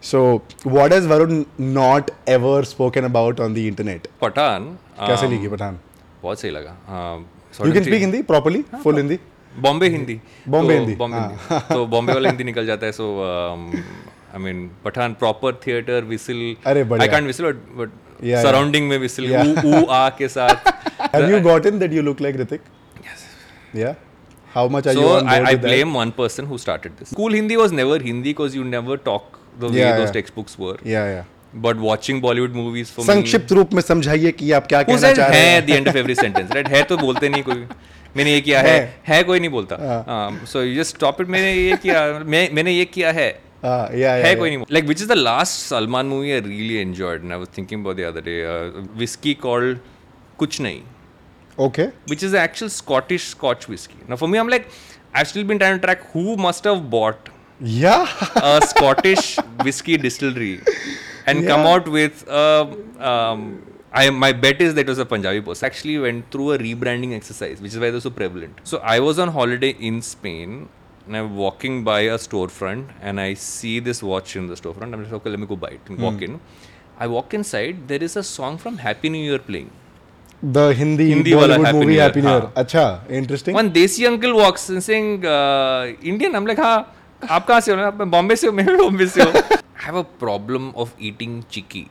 So, what has Varun not ever spoken about on the internet? Pathan uh, कैसे लिखी पठान बहुत सही लगा uh, you can sort of speak Hindi properly हाँ, full Hindi Bombay Hindi Bombay तो हिंदी, हाँ। बॉम्बे हिंदी तो बॉम्बे वाला हिंदी निकल जाता है so I mean Pathan proper theatre whistle अरे बढ़िया। I can't whistle but yeah. Surrounding में विसिल ऊ ऊ आ के साथ have you got in that you look like Hrithik या how much are you so on I, board I with that blame one person who started this school hindi was never hindi because you never talk the way Yeah, those yeah. textbooks were या yeah but watching bollywood movies for me संक्षिप्त रूप में समझाइए कि आप क्या who कहना said चाह है रहे हैं at the end of every sentence right है तो बोलते नहीं कोई मैंने ये किया है है कोई नहीं हाँ। बोलता हाँ, so you just stop it मैंने ये किया मैं मैंने ये किया है हां या है या कोई नहीं like which is the last Salman movie I really enjoyed and I was thinking about the other day whiskey called uh, कुछ नहीं okay which is the actual Scottish Scotch whiskey. Now, for me, I'm like, I've still been trying to track who must have bought या a Scottish whiskey distillery and come out with. Uh, um, I, my bet is that it was a Punjabi person. Actually, went through a rebranding exercise, which is why they're so prevalent. So, I was on holiday in Spain. And I'm walking by a storefront and I see this watch in the storefront. I'm like, okay, let me go buy it and walk in. I walk inside, there is a song from Happy New Year playing. The Hindi Hindi वाला Bollywood Happy movie New Year, Happy New Year अच्छा interesting One desi uncle walks and saying, uh, Indian. I'm like, हाँ आप कहाँ से हो आप बॉम्बे से हो मैं भी बॉम्बे से हो I have a problem of eating chikki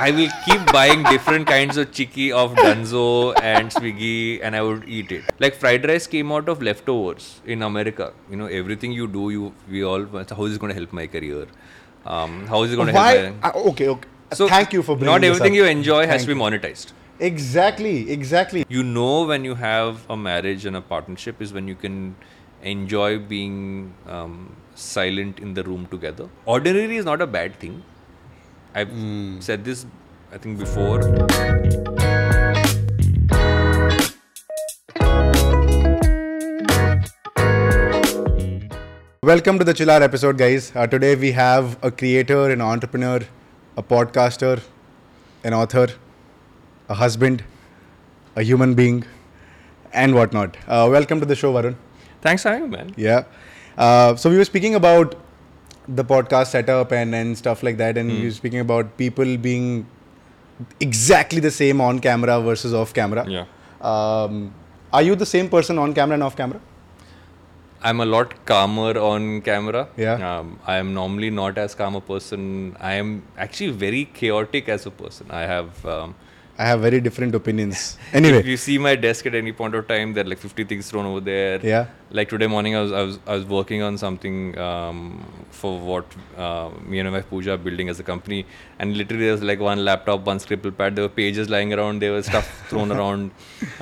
I will keep buying different kinds of chikki of Dunzo and Swiggy and I would eat it like fried rice came out of leftovers in America you know everything you do you we all how is going help my career how is going why help okay okay thank you for not everything you enjoy has to be monetised exactly exactly you know when you have a marriage and a partnership is when you can enjoy being um, silent in the room together ordinary is not a bad thing i've Hmm. said this i think before Welcome to the Chillar episode, guys. Uh, today we have a creator, an entrepreneur, a podcaster, an author, a husband, a human being, and whatnot. Uh, welcome to the show, Varun. thanks for having me man Yeah. Uh, so we were speaking about the podcast setup and, and stuff like that, and we were speaking about people being exactly the same on camera versus off camera. Yeah. Um, are you the same person on camera and off camera? i'm a lot calmer on camera Yeah. um, i am normally not as calm a person i am actually very chaotic as a person i have um, I have very different opinions. Anyway. if you see my desk at any point of time there are like 50 things thrown over there Yeah. like today morning i was i was, I was working on something um, for what uh, me and my wife pooja are building as a company and literally there was like one laptop one scribble pad there were pages lying around there was stuff thrown around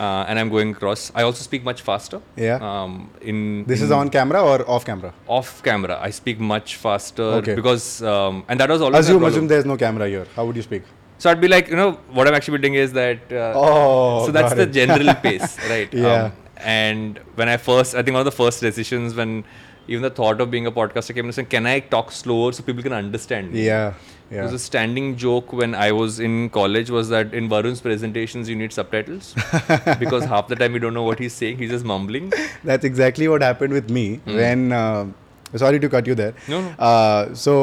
uh, and i'm going across i also speak much faster Yeah. um, in This is on camera or Hmm. off camera? off camera i speak much faster Okay. because um, and that was always my Assume, problem. assume there's no camera here. How would you speak? So I'd be like, you know, what I'm actually building is that. Uh, Oh, So that's got the it. general pace, right? Um, Yeah. and when I first, I think one of the first decisions when even the thought of being a podcaster came to saying, can I talk slower so people can understand? me?" Yeah, There's yeah. a standing joke when I was in college was that in Varun's presentations you need subtitles because half the time you don't know what he's saying. He's just mumbling. That's exactly what happened with me when. Uh, sorry to cut you there. Hmm. No, no. Uh, so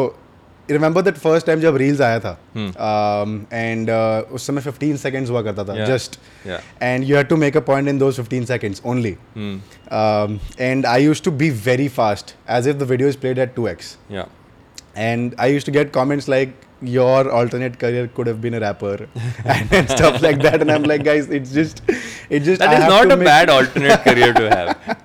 remember that first time जब reels आया था Hmm. um, and uh, उस समय 15 seconds हुआ करता था Yeah. just Yeah. Hmm. and you had to make a point in those 15 seconds only um, and I used to be very fast as if the video is played at 2x Yeah. and I used to get comments like your alternate career could have been a rapper and, and stuff like that and I'm like guys it's just it's just That I is have not to a make- bad alternate career to have.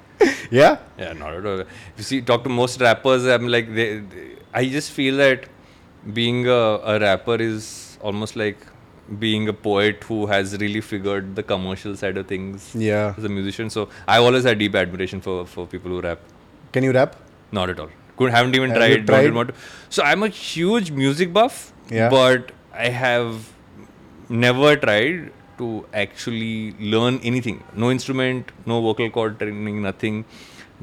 yeah Yeah, not at all. If you see, talk to most rappers, I'm like, they, they, I just feel that being a, a rapper is almost like being a poet who has really figured the commercial side of things yeah as a musician. So I've always had deep admiration for, for people who rap. can you rap Not at all. Couldn't, haven't even Have you tried. Don't tried? even want to. So I'm a huge music buff, Yeah. but I have never tried to actually learn anything. No instrument, no vocal cord training, nothing.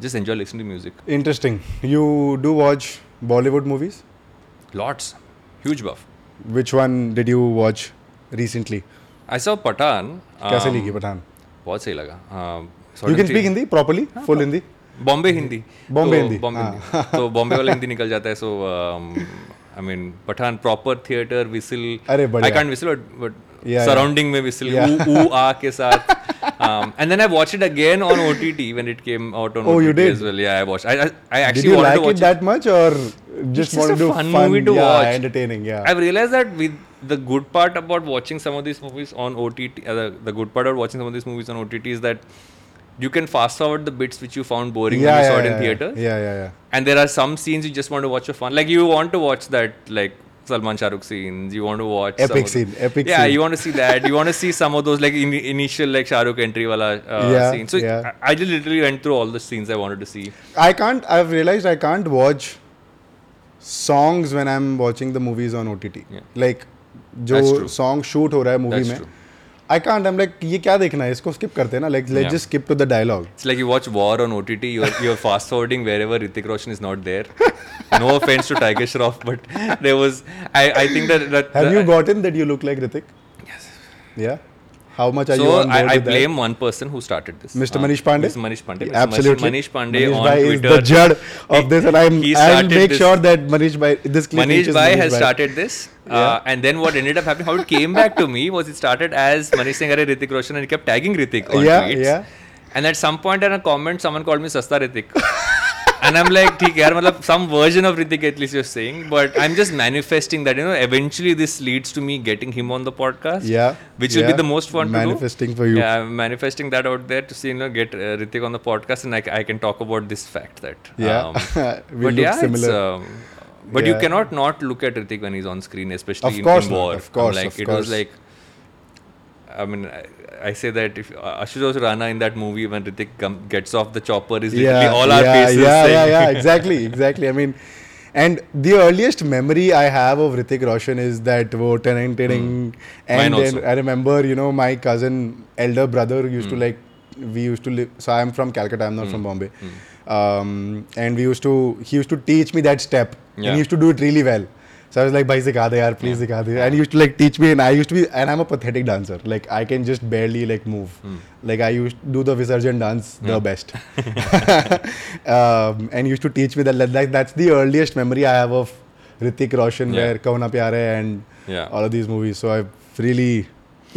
Just enjoy listening to music. interesting you do watch Bollywood movies Lots. Huge buff. which one did you watch recently I saw Patan. कैसे Um, ली पठान बहुत सही लगा uh, sort you of can thing- speak Hindi properly full Hindi Bombay Hindi Bombay तो हिंदी, हाँ। बॉम्बे हिंदी तो बॉम्बे वाला हिंदी निकल जाता है सो I mean, Pathan proper theater whistle. अरे बढ़िया. I can't whistle, but, but Yeah, surrounding में whistle. Yeah. Ooh, ooh, ah के साथ. um, and then I watched it again on OTT when it came out on Oh, OTT you did? as well. Yeah, I watched. I, I, I actually Did you wanted like to watch it that much or just just want to a do fun movie to yeah, watch. entertaining, yeah. I've realized that with the good part about watching some of these movies on OTT, uh, the, the good part about watching some of these movies on OTT is that you can fast forward the bits which you found boring yeah, when you yeah, saw it yeah, in yeah. theaters. Yeah, yeah, yeah. And there are some scenes you just want to watch for fun. Like you want to watch that like Salman Shah Rukh scenes. You want to watch some Epic of scene, epic Yeah, scene. you want to see that. you want to see some of those like in, initial like Shah Rukh entry wala uh, Yeah, scene. So yeah. I, I just literally went through all the scenes I wanted to see. I can't. I've realized I can't watch songs when I'm watching the movies on OTT. Yeah. Like That's जो true. song shoot हो रहा है movie That's में true. I can't I'm like ये क्या देखना है इसको skip करते हैं ना like let's Yeah. just skip to the dialogue It's like you watch War on OTT, you're, you're fast forwarding wherever Ritik Roshan is not there. No offense to Tiger Shroff, but there was. I, I think that. that Have that- you gotten that you look like Ritik? Yes. Yeah. How much are you so on board I, I with that? blame one person who started this. Mr. Manish Pandey. Mr. Manish Pandey. Mr. Absolutely. Manish Pandey Manish on Bhai Twitter. is the judge of this, and I'm, He I'll started make this- sure that Manish Bhai this clip Manish reaches Bhai Manish has Bhai. started this, uh, and then what ended up happening, how it came back to me was it started as Manish Singare Ritik Roshan, and he kept tagging Ritik on Yeah, tweets. yeah. And at some point in a comment, someone called me Sasta Ritik. and I'm like, ठीक यार मतलब some version of Ritik at least you're saying, but I'm just manifesting that you know eventually this leads to me getting him on the podcast. Yeah, which will yeah. be the most fun Manifesting to do. for you. Yeah, I'm manifesting that out there to see you know get uh, Ritik on the podcast, and I, I can talk about this fact that Yeah. We Um, but look yeah, similar. It's, um, but you Yeah. cannot not look at Ritik when he's on screen, especially Of in, course in not, war. of course, like of it course. was like, I mean, I, I say that if uh, Ashutosh Rana in that movie when Ritik com- gets off the chopper is literally all our yeah, faces. Yeah, yeah, saying- yeah, exactly, exactly. I mean, and the earliest memory I have of Ritik Roshan is that wo tening tening, and Hmm. Mine then also. I remember, you know, my cousin, elder brother, used Hmm. to like we used to live. So I'm from Calcutta. I'm not from Bombay. Hmm. Um, and we used to he used to teach me that step, and he Yeah. Hmm. used to do it really well. So I was like, "Bhai, sikha de yaar, please sikha de." And he used to like teach me, and I used to be, and I'm a pathetic dancer. Like I can just barely like move. Hmm. Like I used to do the Visarjan dance the best. um, and used to teach me that, that. That's the earliest memory I have of Ritik Roshan, Yeah. where Kauna Pyare and Yeah. all of these movies. So I really,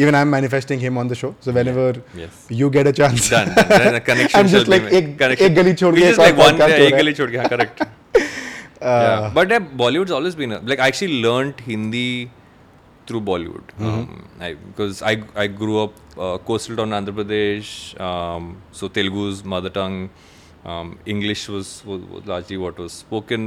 even I'm manifesting him on the show. So whenever Yes. you get a chance, Done. done. Then the connection I'm shall just be like, made. ek- Connection. ek gali chhod We ke just ek aur like one, podcast yeah, ho ek raha hai. gali chhod ke, हाँ, correct. uh, yeah. But yeah, Bollywood's always been a, like I actually learned Hindi through Bollywood Mm-hmm. um, I, because I I grew up uh, coastal town Andhra Pradesh, um, so Telugu's mother tongue, um, English was, was, was largely what was spoken.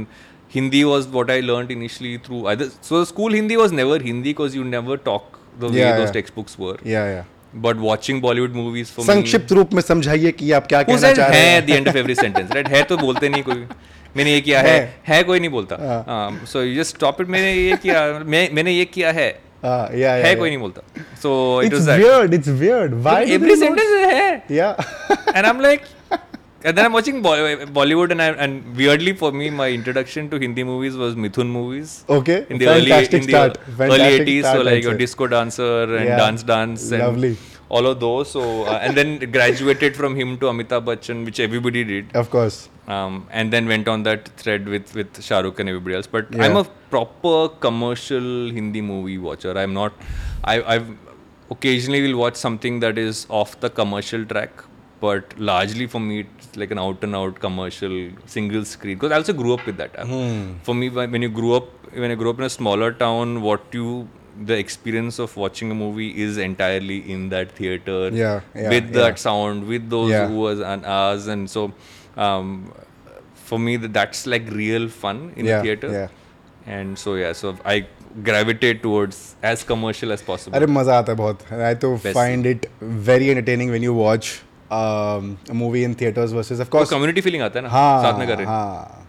Hindi was what I learned initially through either so school Hindi was never Hindi because you never talk the way Yeah, those yeah. textbooks were. yeah, yeah. But watching Bollywood movies for me. संक्षिप्त रूप में समझाइए कि आप क्या Who कहना said चाह रहे है हैं at the end of every sentence, right? है तो बोलते नहीं कोई मैंने ये किया है है कोई नहीं हाँ। बोलता हाँ, so you just stop it मैंने ये किया मैं मैंने ये किया है Ah, yeah, yeah, है yeah. कोई नहीं बोलता so it It's was that weird. It's weird. Why? do every they not- sentence है Yeah. And I am like And then I'm watching Bolly- Bollywood, and I, and weirdly for me, my introduction to Hindi movies was Mithun movies. Okay. In the Fantastic early in the start. early Fantastic 80s, so start, like I'd your say. disco dancer and Yeah. dance dance and Lovely. all of those. So uh, and then graduated from him to Amitabh Bachchan, which everybody did. Of course. um, and then went on that thread with with Shah Rukh and everybody else. But Yeah. I'm a proper commercial Hindi movie watcher. I'm not. I, I've occasionally will watch something that is off the commercial track, but largely for me it's like an out and out commercial single screen. Because I also grew up with that. Uh, Hmm. For me, when when you grew up, when I grew up in a smaller town, what you the experience of watching a movie is entirely in that theater Yeah, yeah, with yeah. that sound with those Yeah. who was and us and so um, for me th- that's like real fun in Yeah, theater yeah. and so yeah so i gravitate towards as commercial as possible अरे मज़ा आता है बहुत I तो find it very entertaining when you watch um, movie in theatres versus of वो course community feeling आता है ना हाँ साथ में कर रहे हैं हाँ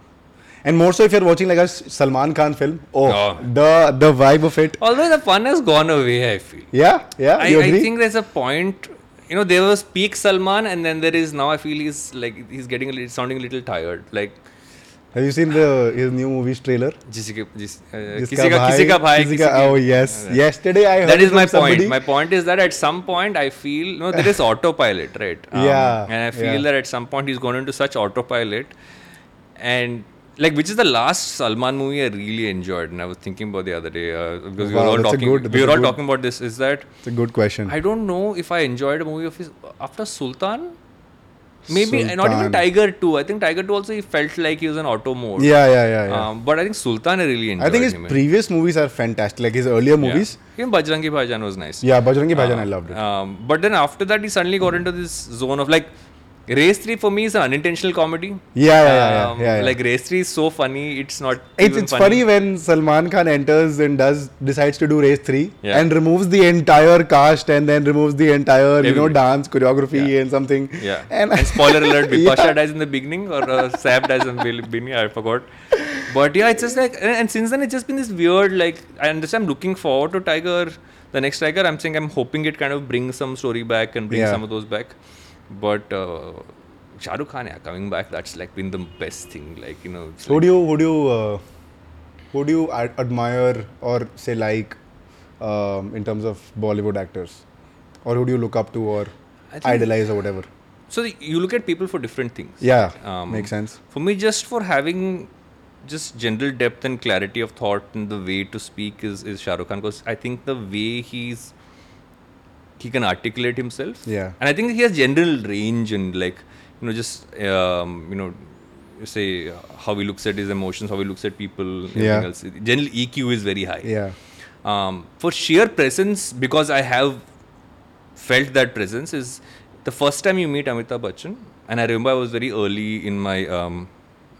and more so if you are watching like Salman Khan film oh Oh. The the vibe of it although the fun has gone away i feel yeah yeah I, you I agree think there's a point you know there was peak salman and then there is now i feel he's like he's getting a little sounding a little tired like have you seen the his new movies trailer जिसी के जिस अ, uh, किसी का किसी का भाई किसी का की- oh yes yesterday I that is my point. My point is that at some point I feel no, there is autopilot, right? Um, Yeah, And I feel yeah. that at some point he's gone into such autopilot, and like which is the last Salman movie I really enjoyed, and I was thinking about the other day uh, because we Wow, were all that's a talking. good- we that's were a all good- talking about this. Is that It's a good question. I don't know if I enjoyed a movie of his after Sultan. Maybe not even Sultan. Tiger 2. I think Tiger 2 also he felt like he was an auto mode. yeah, yeah, yeah, yeah. Um, but I think Sultan Ah, I really enjoyed. I think his him in. previous movies are fantastic. Like his earlier Yeah. movies. Even Bajrangi Bhaijaan was nice. Yeah, Bajrangi Bhaijaan, I loved it. Um, but then after that, he suddenly got into this zone of like Race 3 for me is an unintentional comedy. Um, Yeah, yeah, yeah, yeah, yeah, yeah. Like Race 3 is so funny, it's not. It's, even it's funny when Salman Khan enters and does decides to do race three Yeah. and removes the entire cast and then removes the entire you know Everything. dance choreography and something. Yeah. And, And, spoiler alert, Yeah. Bipasha dies in the beginning or uh, Sab dies in the beginning. I forgot. But yeah, it's just like, and, and since then it's just been this weird. Like, I understand. I'm looking forward to Tiger, the next Tiger. I'm saying I'm hoping it kind of brings some story back and brings Yeah. some of those back. But uh, Shah Rukh Khan, yeah, coming back, that's like been the best thing. Like you know, it's Who do you who do you uh, who do you ad- admire or say like um, in terms of Bollywood actors, or who do you look up to or I think- idolize or whatever? like- so the, you look at people for different things. Yeah, Um, makes sense. For me, just for having just general depth and clarity of thought and the way to speak is is Shah Rukh Khan because I think the way he's he can articulate himself. Yeah. and I think he has general range and like you know just um, you know you say uh, how he looks at his emotions, how he looks at people, everything Yeah. else. General EQ is very high Yeah, um, for sheer presence because I have felt that presence is the first time you meet Amitabh Bachchan and I remember I was very early in my um,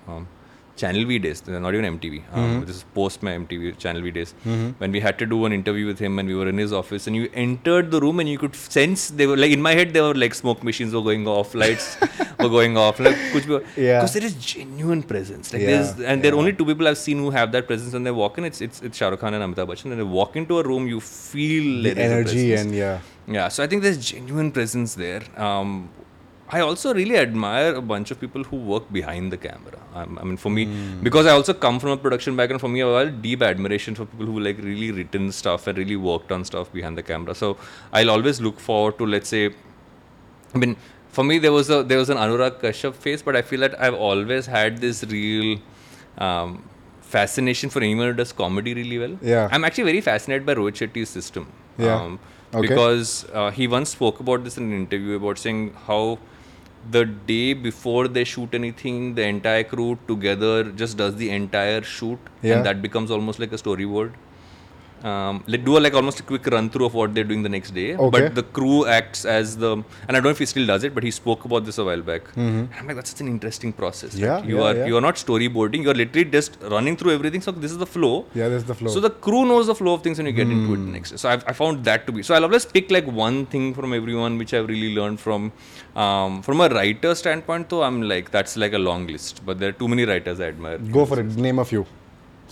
um, Channel V days, they're not even MTV. Um, This is post my MTV Channel V days when we had to do an interview with him and we were in his office and you entered the room and you could sense they were like in my head they were like smoke machines were going off, lights were going off, like kuch bhi, Yeah. because there is genuine presence. Like Yeah, there's and there are only two people I've seen who have that presence when they walk in. It's it's it's Shah Rukh Khan and Amitabh Bachchan. And they walk into a room, you feel the there is a energy presence. and yeah, yeah. So I think there's genuine presence there. Um, I also really admire a bunch of people who work behind the camera. Um, I mean, for me, Hmm. because I also come from a production background, for me, I have deep admiration for people who like really written stuff and really worked on stuff behind the camera. So I'll always look forward to, let's say, I mean, for me, there was a there was an Anurag Kashyap phase, but I feel that I've always had this real um, fascination for anyone who does comedy really well. Yeah. I'm actually very fascinated by Rohit Shetty's system. Um, Yeah. Okay. Because uh, he once spoke about this in an interview about saying how the day before they shoot anything, the entire crew together just does the entire shoot, Yeah. and that becomes almost like a storyboard. Um, like do a, like almost a quick run through of what they're doing the next day, Okay. but the crew acts as the and I don't know if he still does it, but he spoke about this a while back. And I'm like, that's such an interesting process. right? Mm-hmm. Yeah, you yeah, are yeah. you are not storyboarding. You're literally just running through everything. So this is the flow. yeah. There's the flow. So the crew knows the flow of things when you get into it Hmm. next. So I've, I found that to be so. I'll always pick like one thing from everyone which I've really learned from. Um, from a writer standpoint, though, I'm like that's like a long list. But there are too many writers I admire. Go for it. Name a few.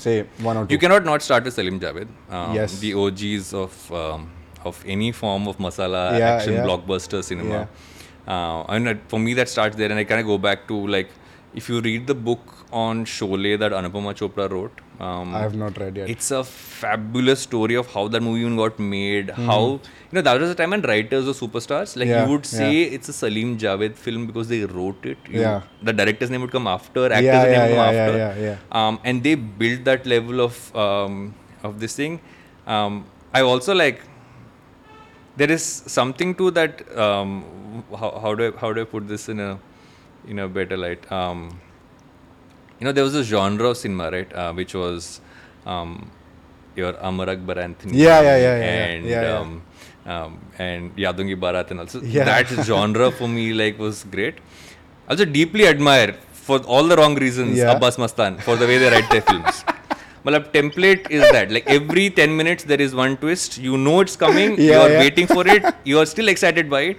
Say one or two. You cannot not start with Salim Javed. Um, Yes. The OGs of um, of any form of masala Yeah, action yeah. blockbuster cinema. Yeah. Uh, and it- for me, that starts there, and I kind of go back to like if you read the book on Sholay that Anupama Chopra wrote. Um, I have not read yet. it's a fabulous story of how that movie even got made. How you know that was a time when writers were superstars. Like Hmm. Yeah, you would yeah. say it's a Salim Javed film because they wrote it. You- Yeah. The director's name would come after, actor's yeah, name yeah, would come yeah, after yeah, yeah, yeah. um, and they build that level of um, of this thing. Um, I also like there is something to that. Um, how, how do I, how do I put this in a in a better light? Um, you know, there was a genre of cinema, right, uh, which was um, your Amar Akbar Anthony, Yeah, yeah, yeah, yeah, yeah. and Yeah, yeah. Um, um, and Yadungi Bharat, and also Yeah. that genre for me like was great. Also deeply admire for all the wrong reasons Yeah. Abbas Mastan for the way they write their films. Malab template is that like every 10 minutes there is one twist you know it's coming Yeah, you're yeah. waiting for it you're still excited by it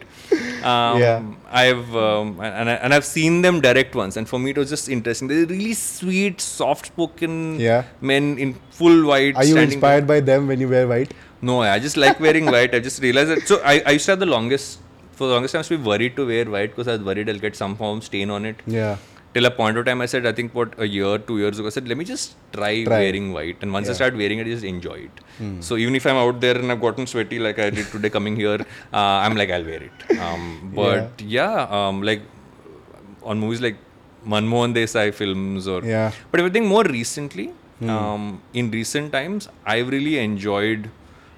um, Yeah. I've um, and, and I, and I've seen them direct once and for me it was just interesting they're really sweet soft spoken Yeah. men in full white Are you standing inspired by them when you wear white? no, I just like wearing white. I just realized that. So I, I used to have the longest, for the longest time, I used to be worried to wear white because I was worried I'll get some form of stain on it. Yeah. Till a point of time, I said, I think what a year, two years ago, I said, let me just try, Try. wearing white. And once I start wearing it, I just enjoy it. So even if I'm out there and I've gotten sweaty like I did today coming here, uh, I'm like, I'll wear it. Um, but yeah, um, like on movies like Manmohan Desai films or Yeah. but if I think more recently, um, in recent times, I've really enjoyed,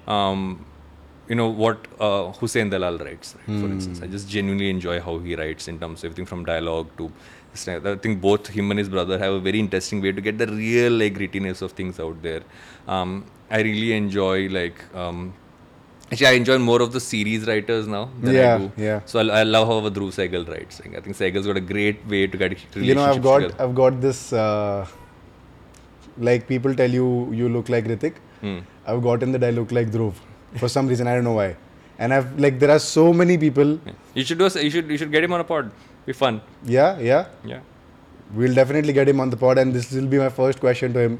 um, you know, what uh, Hussein Dalal writes. Right? Hmm. For instance, I just genuinely enjoy how he writes in terms of everything from dialogue to. this and that. I think both him and his brother have a very interesting way to get the real like grittiness of things out there. Um, I really enjoy like. Um, Actually, I enjoy more of the series writers now than I Yeah, do. yeah. So I, I love how Dhruv Sehgal writes. I think Sehgal's got a great way to get relationships you know i've got together. i've got this uh, like people tell you you look like ritik Hmm. i've gotten that i look like dhruv for some reason i don't know why and i've like there are so many people Yeah. You should do. A, you should. You should get him on a pod. Be fun. yeah yeah Yeah. we'll definitely get him on the pod and this will be my first question to him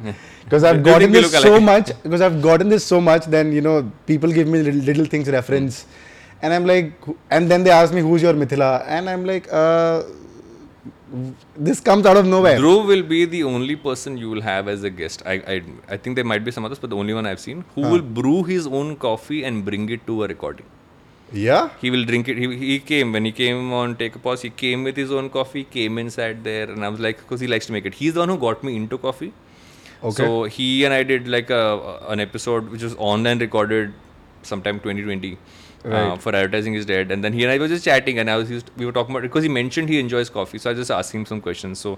because i've Do you gotten think we this look so alike? much because i've gotten this so much then you know people give me little, little things reference and i'm like who- and then they ask me who's your mithila and i'm like uh, this comes out of nowhere Dhruv will be the only person you will have as a guest. I, I, I think there might be some others, but the only one I've seen who will brew his own coffee and bring it to a recording. yeah He will drink it. He, he came when he came on Take a Pause. He came with his own coffee, came and sat there, and I was like, because he likes to make it. He's the one who got me into coffee. Okay. So he and I did like a an episode which was online recorded sometime 2020 uh, Right. for advertising is dead, and then he and I were just chatting, and I was just, we were talking about because he mentioned he enjoys coffee, so I just asked him some questions. So.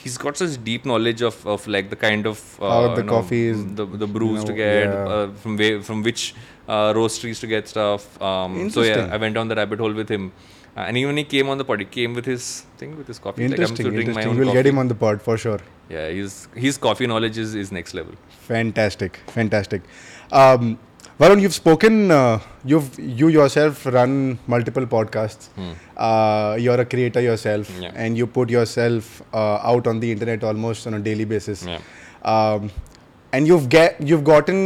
He's got such deep knowledge of, of like the kind of uh, How the you know, coffee is, the, the brews you to know, get yeah. uh, from where, from which uh, roasteries to get stuff. Um, so yeah, Interesting. I went down the rabbit hole with him, uh, and even when he came on the pod, he came with his thing with his coffee. Like, I'm interesting still drinking my interesting own we'll coffee. get him on the pod for sure Yeah, his his coffee knowledge is, is next level. Fantastic, fantastic. Um, Varun, you've spoken. Uh, you've you yourself run multiple podcasts. Uh, you're a creator yourself, Hmm. Yeah. and you put yourself uh, out on the internet almost on a daily basis. Yeah. Um, and you've get you've gotten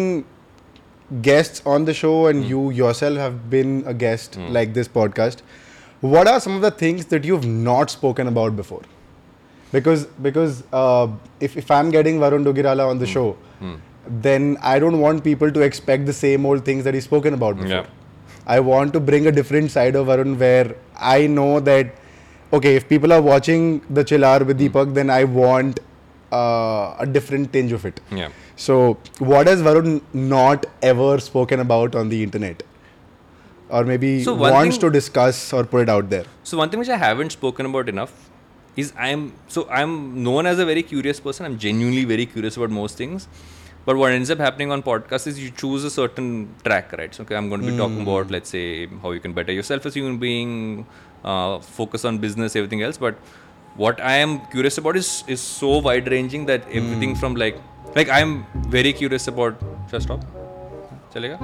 guests on the show, Hmm. and you yourself have been a guest like this podcast. What are some of the things that you've not spoken about before? because because uh, if if I'm getting Varun Dugirala on the Hmm. show, then I don't want people to expect the same old things that he's spoken about before. Yeah. I want to bring a different side of Varun where I know that okay, if people are watching the Chill Hour Hmm. with Deepak, then I want uh, a different tinge of it. Yeah. So, what has Varun not ever spoken about on the internet? Or maybe So one wants thing- to discuss or put it out there. So one thing which I haven't spoken about enough is I'm so I'm known as a very curious person. I'm genuinely very curious about most things. But what ends up happening on podcasts is you choose a certain track, right? So okay, I'm going to be talking about let's say how you can better yourself as a human being, uh, focus on business, everything else. But what I am curious about is is so wide ranging that everything from like like I'm very curious about. Should I stop? Chalega?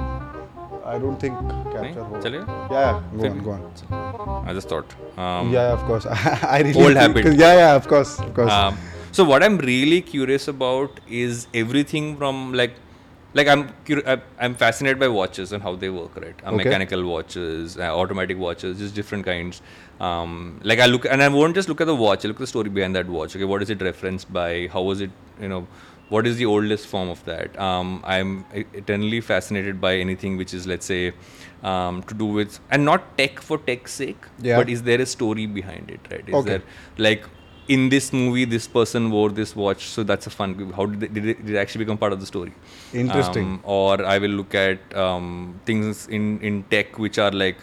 I don't think capture Nahi? Chalega? Yeah, go Film. on, go on. I just thought. Um, Yeah, of course. I really Old habit. Yeah, yeah, of course, of course. Um, so what I'm really curious about is everything from like, like I'm cur- I- I'm fascinated by watches and how they work, right? Uh, Okay. Mechanical watches, uh, automatic watches, just different kinds. Um, like I look and I won't just look at the watch. I look at the story behind that watch. Okay, what is it referenced by? How was it? You know, what is the oldest form of that? Um, I'm e- eternally fascinated by anything which is let's say um, to do with and not tech for tech's sake, Yeah. but is there a story behind it, right? Is Okay. there like in this movie this person wore this watch so that's a fun how did, they, did, it, did it actually become part of the story Interesting. Um, or i will look at um, things in in tech which are like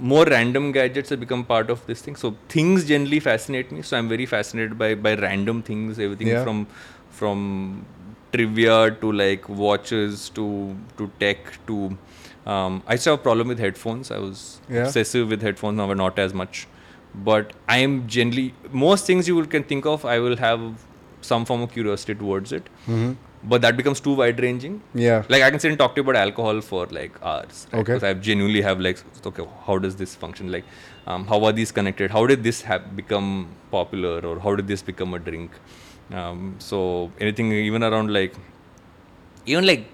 more random gadgets have become part of this thing so things generally fascinate me so i'm very fascinated by by random things everything Yeah. from from trivia to like watches to to tech to um, i used to have a problem with headphones i was Yeah. obsessive with headphones now but not as much but i am generally most things you will- can think of i will have some form of curiosity towards it but that becomes too wide ranging yeah. like I can sit and talk to you about alcohol for like hours. Right? Okay. Because I genuinely have like, okay, how does this function? Like, um, how are these connected? How did this have become popular, or how did this become a drink? Um, so anything even around like, even like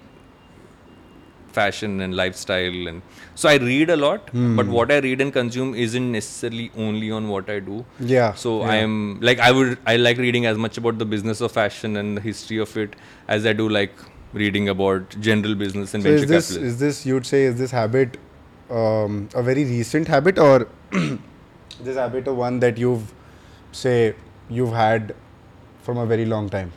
fashion and lifestyle and so i read a lot Hmm. but what i read and consume isn't necessarily only on what i do Ah, yeah. so I am like I would I like reading as much about the business of fashion and the history of it as I do like reading about general business and so venture is this capitalism. is this you'd say is this habit um, a very recent habit or this habit of one that you've say you've had from a very long time?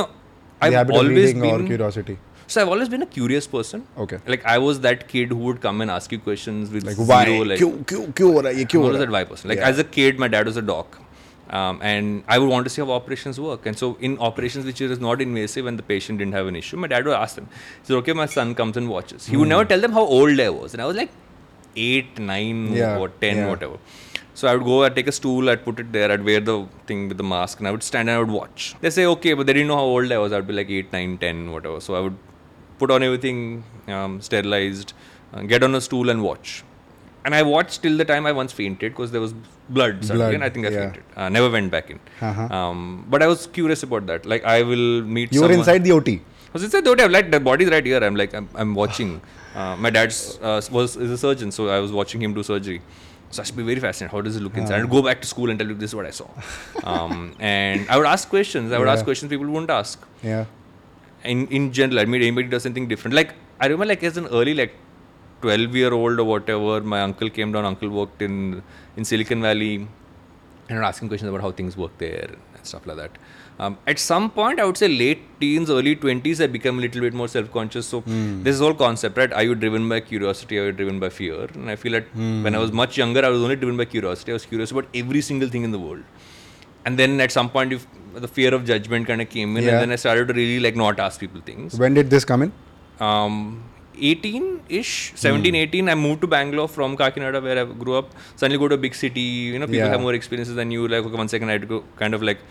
No, The I've habit of always reading or been. curiosity. So I've always been a curious person. Okay. Like I was that kid who would come and ask you questions with Like zero, why? like क्यों क्यों क्यों हो रहा है ये I क्यों हो was रहा that है? why person. Like Yeah. as a kid, my dad was a doc. Um, and I would want to see how operations work. And so, in operations which is not invasive and the patient didn't have an issue, my dad would ask them, Is it okay? if My son comes and watches. He would Hmm. never tell them how old I was. And I was like eight, nine, Yeah, or 10, yeah. whatever. So, I would go, I'd take a stool, I'd put it there, I'd wear the thing with the mask, and I would stand and I would watch. They say, Okay, but they didn't know how old I was. I'd be like eight, nine, ten, whatever. So, I would put on everything, um, sterilized, uh, get on a stool and watch. And I watched till the time I once fainted because there was blood suddenly, Blood, and I think I yeah. fainted. Uh, never went back in. Uh-huh. Um, but I was curious about that. Like I will meet. You were someone. inside the OT. I was inside the hotel. Like the body's right here. I'm like I'm, I'm watching. Uh, my dad's uh, was is a surgeon, so I was watching him do surgery. So I should be very fascinated. How does it look inside? I'd go back to school and tell you this is what I saw. Um, and I would ask questions. I would ask Yeah. questions people wouldn't ask Yeah. in in general i mean anybody does something different like i remember like as an early like 12 year old or whatever my uncle came down uncle worked in in silicon valley and would ask him questions about how things work there and stuff like that um, at some point i would say late teens early 20s i became a little bit more self-conscious so this whole concept right are you driven by curiosity are you driven by fear and i feel that when i was much younger i was only driven by curiosity i was curious about every single thing in the world and then at some point if the fear of judgment kind of came in Yeah. and then i started to really like not ask people things When did this come in? um 18 ish 17 Hmm. 18 i moved to bangalore from kakinada where i grew up suddenly go to a big city you know people Yeah. have more experiences than you like okay one second i had to go kind of like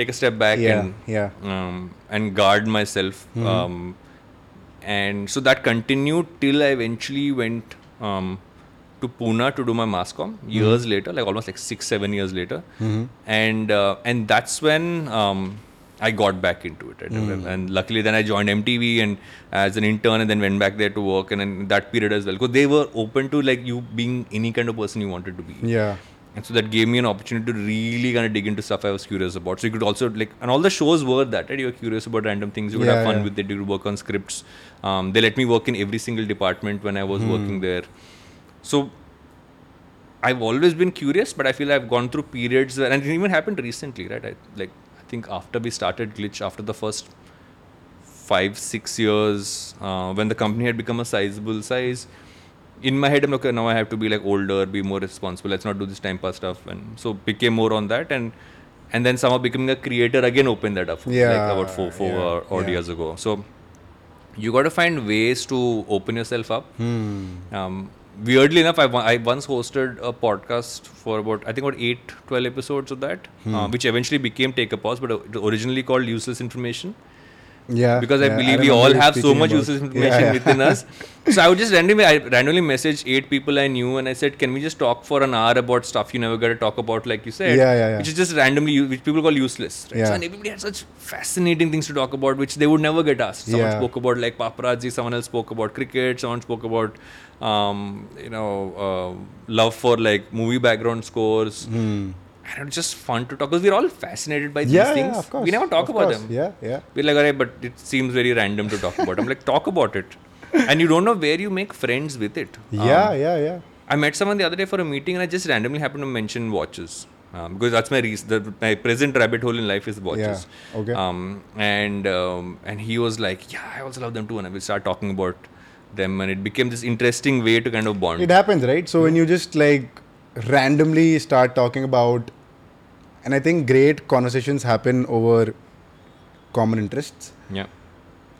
take a step back Yeah. and Yeah. Mm-hmm. um, and guard myself. Um, and so that continued till I eventually went um, to Pune to do my mass comm years later, like almost like six, seven years later. And uh, and that's when um, I got back into it. And, and luckily, then I joined MTV and as an intern, and then went back there to work. And in that period as well, because they were open to like you being any kind of person you wanted to be. Yeah. And so that gave me an opportunity to really kind of dig into stuff I was curious about. So you could also like, and all the shows were that, right? You were curious about random things. You could Yeah, have fun yeah. with it. You could work on scripts. Um, they let me work in every single department when I was Hmm. working there. So I've always been curious, but I feel I've gone through periods, where, and it even happened recently, right? I, like I think after we started Glitch, after the first five six years uh, when the company had become a sizable size in my head i'm like "Okay, now i have to be like older be more responsible let's not do this time pass stuff and so became more on that and and then somehow becoming a creator again opened that up for me, Yeah, like about four four yeah, or, odd yeah. years ago so you got to find ways to open yourself up um, weirdly enough I, wa- I once hosted a podcast for about i think about 8 12 episodes of that uh, which eventually became take a pause but uh, it originally called useless information Yeah. because I yeah, believe we remember all you have so speaking much about- useless Yeah, information yeah. within us. So I would just randomly, I randomly message eight people I knew and I said, "Can we just talk for an hour about stuff you never got to talk about, like you said?" Yeah, yeah, yeah. Which is just randomly, u- which people call useless. Right? Yeah. So and everybody had such fascinating things to talk about, which they would never get asked. Someone Yeah. spoke about like paparazzi, someone else spoke about cricket, someone spoke about, um, you know, uh, love for like movie background scores. And it was just fun to talk because we're all fascinated by these Hmm. Yeah, yeah, things. of course. we never talk of about course. them. Yeah, yeah. We're like, alright, but it seems very random to talk about. I'm like, talk about it. And you don't know where you make friends with it. Um, Yeah, yeah, yeah. I met someone the other day for a meeting and I just randomly happened to mention watches. Um, because that's my reason. The, my present rabbit hole in life is watches. Yeah, okay. Um, and um, and he was like, yeah, I also love them too. And we start talking about them, and it became this interesting way to kind of bond. It happens, right? So when you just like randomly start talking about, and I think great conversations happen over common interests. yeah.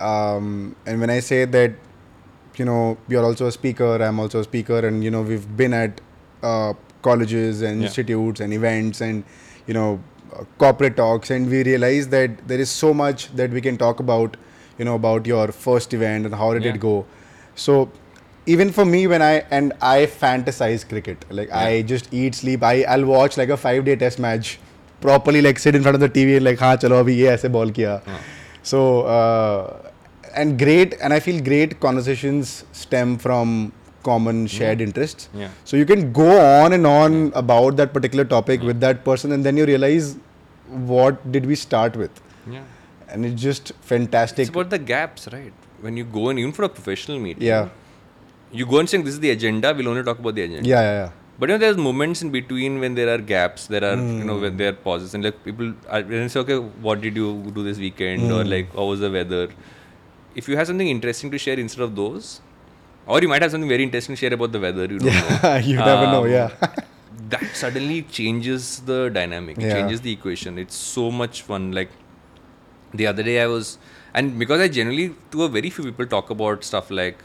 Um, and when I say that, you know, you're also a speaker, I'm also a speaker, and you know, we've been at uh, colleges and Yeah. institutes and events and you know, uh, corporate talks, and we realize that there is so much that we can talk about, you know, about your first event and how did it Yeah. go. So, even for me, when I and I fantasize cricket, like I just eat, sleep, I I'll watch like a five day test match properly, like sit in front of the TV and like, हाँ चलो अभी ये ऐसे ball किया. So uh, and great, and I feel great conversations stem from common shared interests. Yeah. So you can go on and on about that particular topic with that person, and then you realize what did we start with, Yeah. and it's just fantastic. It's about the gaps, right? When you go and even for a professional meeting, yeah, you go and saying this is the agenda. We'll only talk about the agenda. yeah, yeah, yeah. But you know, there's moments in between when there are gaps, there are you know when there are pauses, and like people are when it's okay, what did you do this weekend, or like how was the weather? If you have something interesting to share instead of those, or you might have something very interesting to share about the weather, you don't know. you never know. Um, Yeah. that suddenly changes the dynamic, it Yeah. changes the equation. It's so much fun. Like the other day, I was, and because I generally, to a very few people, talk about stuff like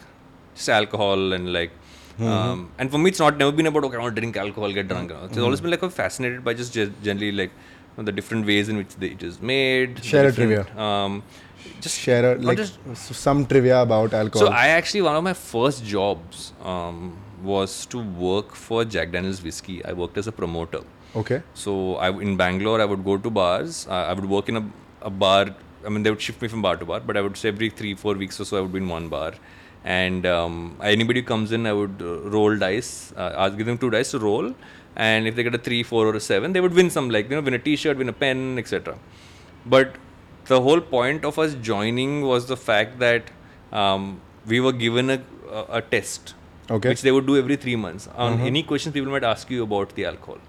just alcohol and like, Mm-hmm. um, and for me, it's not never been about okay, I want to drink alcohol, get drunk. Mm-hmm. and all. It's always been like I'm fascinated by just ge- generally like you know, the different ways in which they, it is made. the Share a different, trivia. Um, just Share a, not like just- s- some trivia about alcohol. so I actually one of my first jobs um, was to work for Jack Daniel's whiskey. I worked as a promoter. okay. So I in Bangalore, I would go to bars. Uh, I would work in a, a bar. I mean, they would shift me from bar to bar, but I would say every three, four weeks or so, I would be in one bar. And um, anybody who comes in, I would uh, roll dice. Uh, I'd give them two dice to roll, and if they get a three, four, or a seven, they would win some, like you know, win a T-shirt, win a pen, etc. But the whole point of us joining was the fact that um, we were given a, a, a test Okay. Mm-hmm. which they would do every three months. On any questions people might ask you about the alcohol.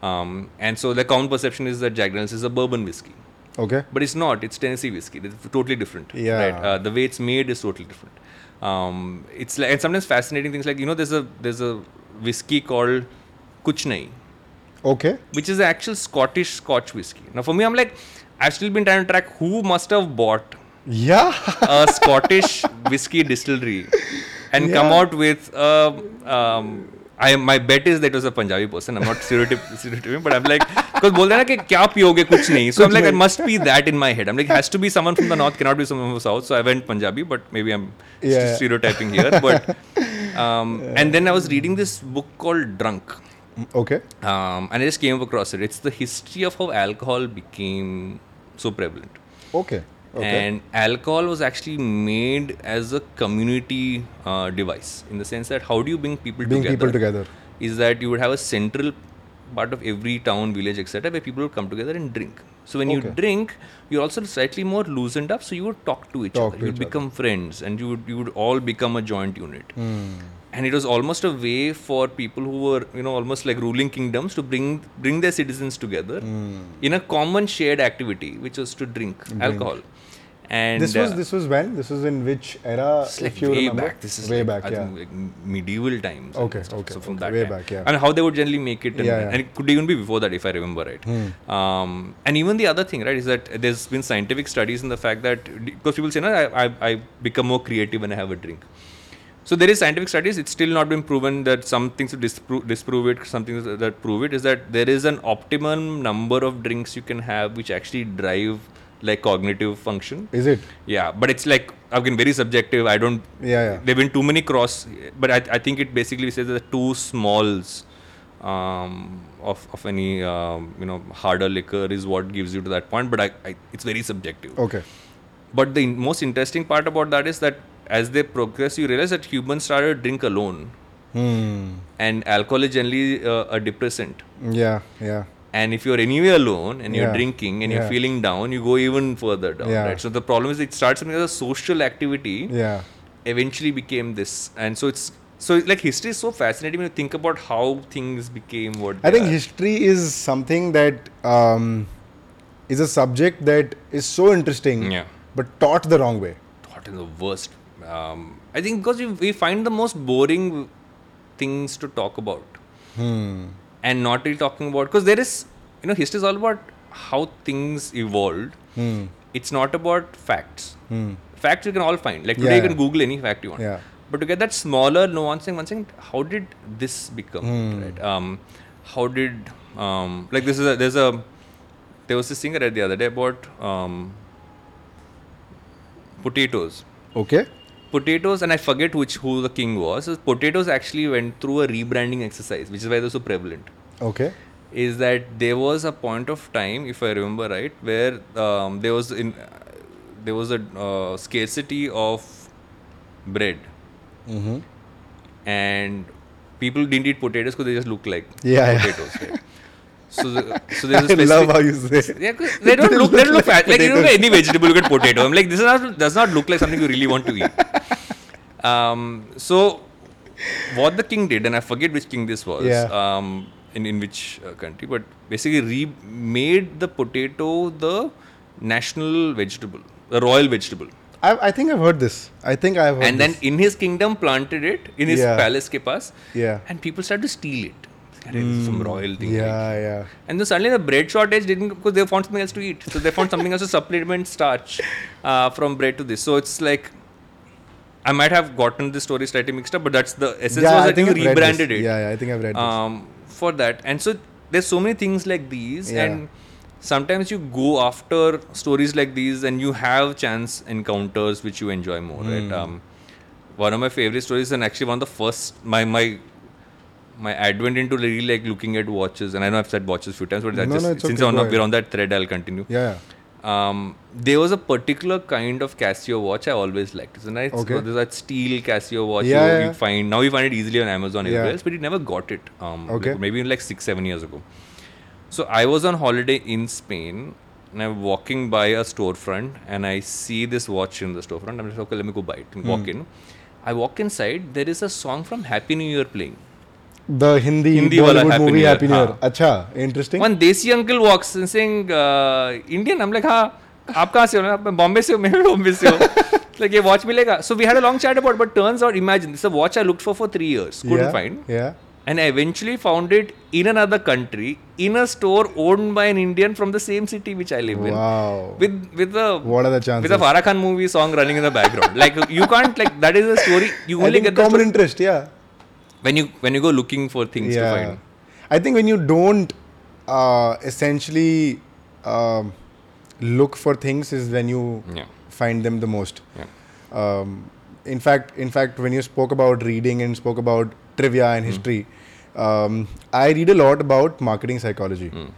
Um, and so the common perception is that Jack Daniels is a bourbon whiskey. Okay. But it's not. It's Tennessee whiskey. It's totally different. Yeah. Right? Uh, the way it's made is totally different. Um, it's like and sometimes fascinating things like you know there's a there's a whiskey called Kuchnai, Okay. which is the actual Scottish Scotch whiskey. Now for me, I'm like I've still been trying to track who must have bought Yeah. a Scottish whiskey distillery and come out with a. Um, I my bet is that it was a Punjabi person. I'm not stereotyp- stereotyping, but I'm like because बोलते हैं ना कि क्या पियोगे कुछ नहीं. So I'm like it must be that in my head. I'm like has to be someone from the north, cannot be someone from the south. So I went Punjabi, but maybe I'm st- Yeah. stereotyping here. But um, and then I was reading this book called Drunk. Mm, Okay. Um, and I just came across it. It's the history of how alcohol became so prevalent Okay. Okay. and alcohol was actually made as a community uh, device in the sense that how do you bring people Bring together people together. is that you would have a central part of every town village etc where people would come together and drink so when you Okay. drink you're also slightly more loosened up so you would talk to each Talk other to you would each other. Hmm. become friends and you would you would all become a joint unit and it was almost a way for people who were you know almost like ruling kingdoms to bring bring their citizens together Hmm. in a common shared activity which was to drink, alcohol and this was uh, this was when this was in which era? it's if like you way remember, back. This is way like, back. I yeah. think like m- medieval times. and Okay, stuff. okay, So from okay, that way time. back, yeah. And how they would generally make it, and, Yeah, yeah. Hmm. and it could even be before that, if I remember right. Um, and even the other thing, right, is that there's been scientific studies in the fact that because people say, no, I, I, I become more creative when I have a drink. So there is scientific studies. It's still not been proven that some things to disprove, disprove it, some things that- that prove it is that there is an optimum number of drinks you can have, which actually drive like cognitive function. Is it? Yeah, but it's like again very subjective. I don't. Yeah, yeah. There've been too many cross, but I, I think it basically says the two smalls um, of of any um, you know harder liquor is what gives you to that point. But I, I it's very subjective. Okay. But the in- most interesting part about that is that as they progress, you realize that humans started to drink alone, Hmm. and alcohol is generally uh, a depressant. Yeah. Yeah. And if you're anyway alone and you're Yeah. drinking and you're Yeah. feeling down, you go even further down. Yeah. Right. So the problem is it starts as a social activity Yeah. eventually became this and so it's so like history is so fascinating when you think about how things became what I they think are. history is something that um, is a subject that is so interesting, Yeah. but taught the wrong way. taught in the worst um, i think because we, we find the most boring things to talk about Hmm. and not really talking about because there is you know history is all about how things evolved Hmm. it's not about facts facts you can all find like today Yeah, you can yeah. google any fact you want Yeah. but to get that smaller nuancing one thing how did this become right um how did um like this is a there's a there was this thing I read the other day about um potatoes Okay. potatoes and i forget which who the king was so potatoes actually went through a rebranding exercise which is why they're so prevalent Okay. is that there was a point of time if i remember right where um, there was in there was a uh, scarcity of bread Mm-hmm. and people didn't eat potatoes because they just look like Yeah, yeah. potatoes right? so the, so there's I a specific love how you say. it. yeah, 'cause they don't look. They don't look fat. Like you know, any vegetable, look at potato. I'm like, this is not, does not look like something you really want to eat. Um, so what the king did, and I forget which king this was, Yeah. um, in in which uh, country, but basically remade the potato the national vegetable, the royal vegetable, I, I think I've heard this. I think I've heard and then this. in his kingdom planted it in his Oh, Yeah. palace ke paas, Yeah. Hmm. and people started to steal it. This is Some royal thing. right? Yeah, yeah. And then suddenly the bread shortage didn't because they found something else to eat. So they found something else to supplement starch uh, from bread to this. So it's like I might have gotten the story slightly mixed up, but that's the essence yeah, was I that think you I've read rebranded this. it Yeah, yeah, I think I've read um, for that. And so there's so many things like these, Yeah. and sometimes you go after stories like these, and you have chance encounters which you enjoy more. Right? Hmm. Um, one of my favorite stories, and actually one of the first my my my advent into really like looking at watches, and I know I've said watches a few times, but that's No, just no, it's since okay, I'm go not- ahead. we're on that thread, I'll continue this. Yeah, um, there was a particular kind of Casio watch I always liked. It's a nice, Okay. there's that steel Casio watch Yeah, you, yeah. you find now. You find it easily on Amazon everywhere Yeah. else, but you never got it. Um, Okay. like, maybe like six, seven years ago. So I was on holiday in Spain, and I'm walking by a storefront, and I see this watch in the storefront. I'm just okay, let me go buy it and walk Hmm. in. I walk inside. There is a song from Happy New Year playing. the Hindi, Hindi wala Bollywood Happy movie New Year, Happy New Year. हाँ. Acha, interesting. One desi uncle walks and saying, uh, Indian. I'm like, हाँ आप कहाँ से हो ना आप बॉम्बे से हो मैं भी बॉम्बे से हो like ये watch मिलेगा so we had a long chat about but turns out imagine this is a watch I looked for for three years couldn't yeah, find Yeah. and I eventually found it in another country in a store owned by an Indian from the same city which I live in Wow. with with a What are the with a chances? Farah Khan movie song running in the background like you can't like that is a story you I only think get the common story interest, yeah. when you when you go looking for things to yeah. find I think when you don't uh, essentially um, look for things is when you Yeah. find them the most. yeah Um, in fact, in fact, when you spoke about reading and spoke about trivia Hmm. and history, um, I read a lot about marketing psychology, Hmm.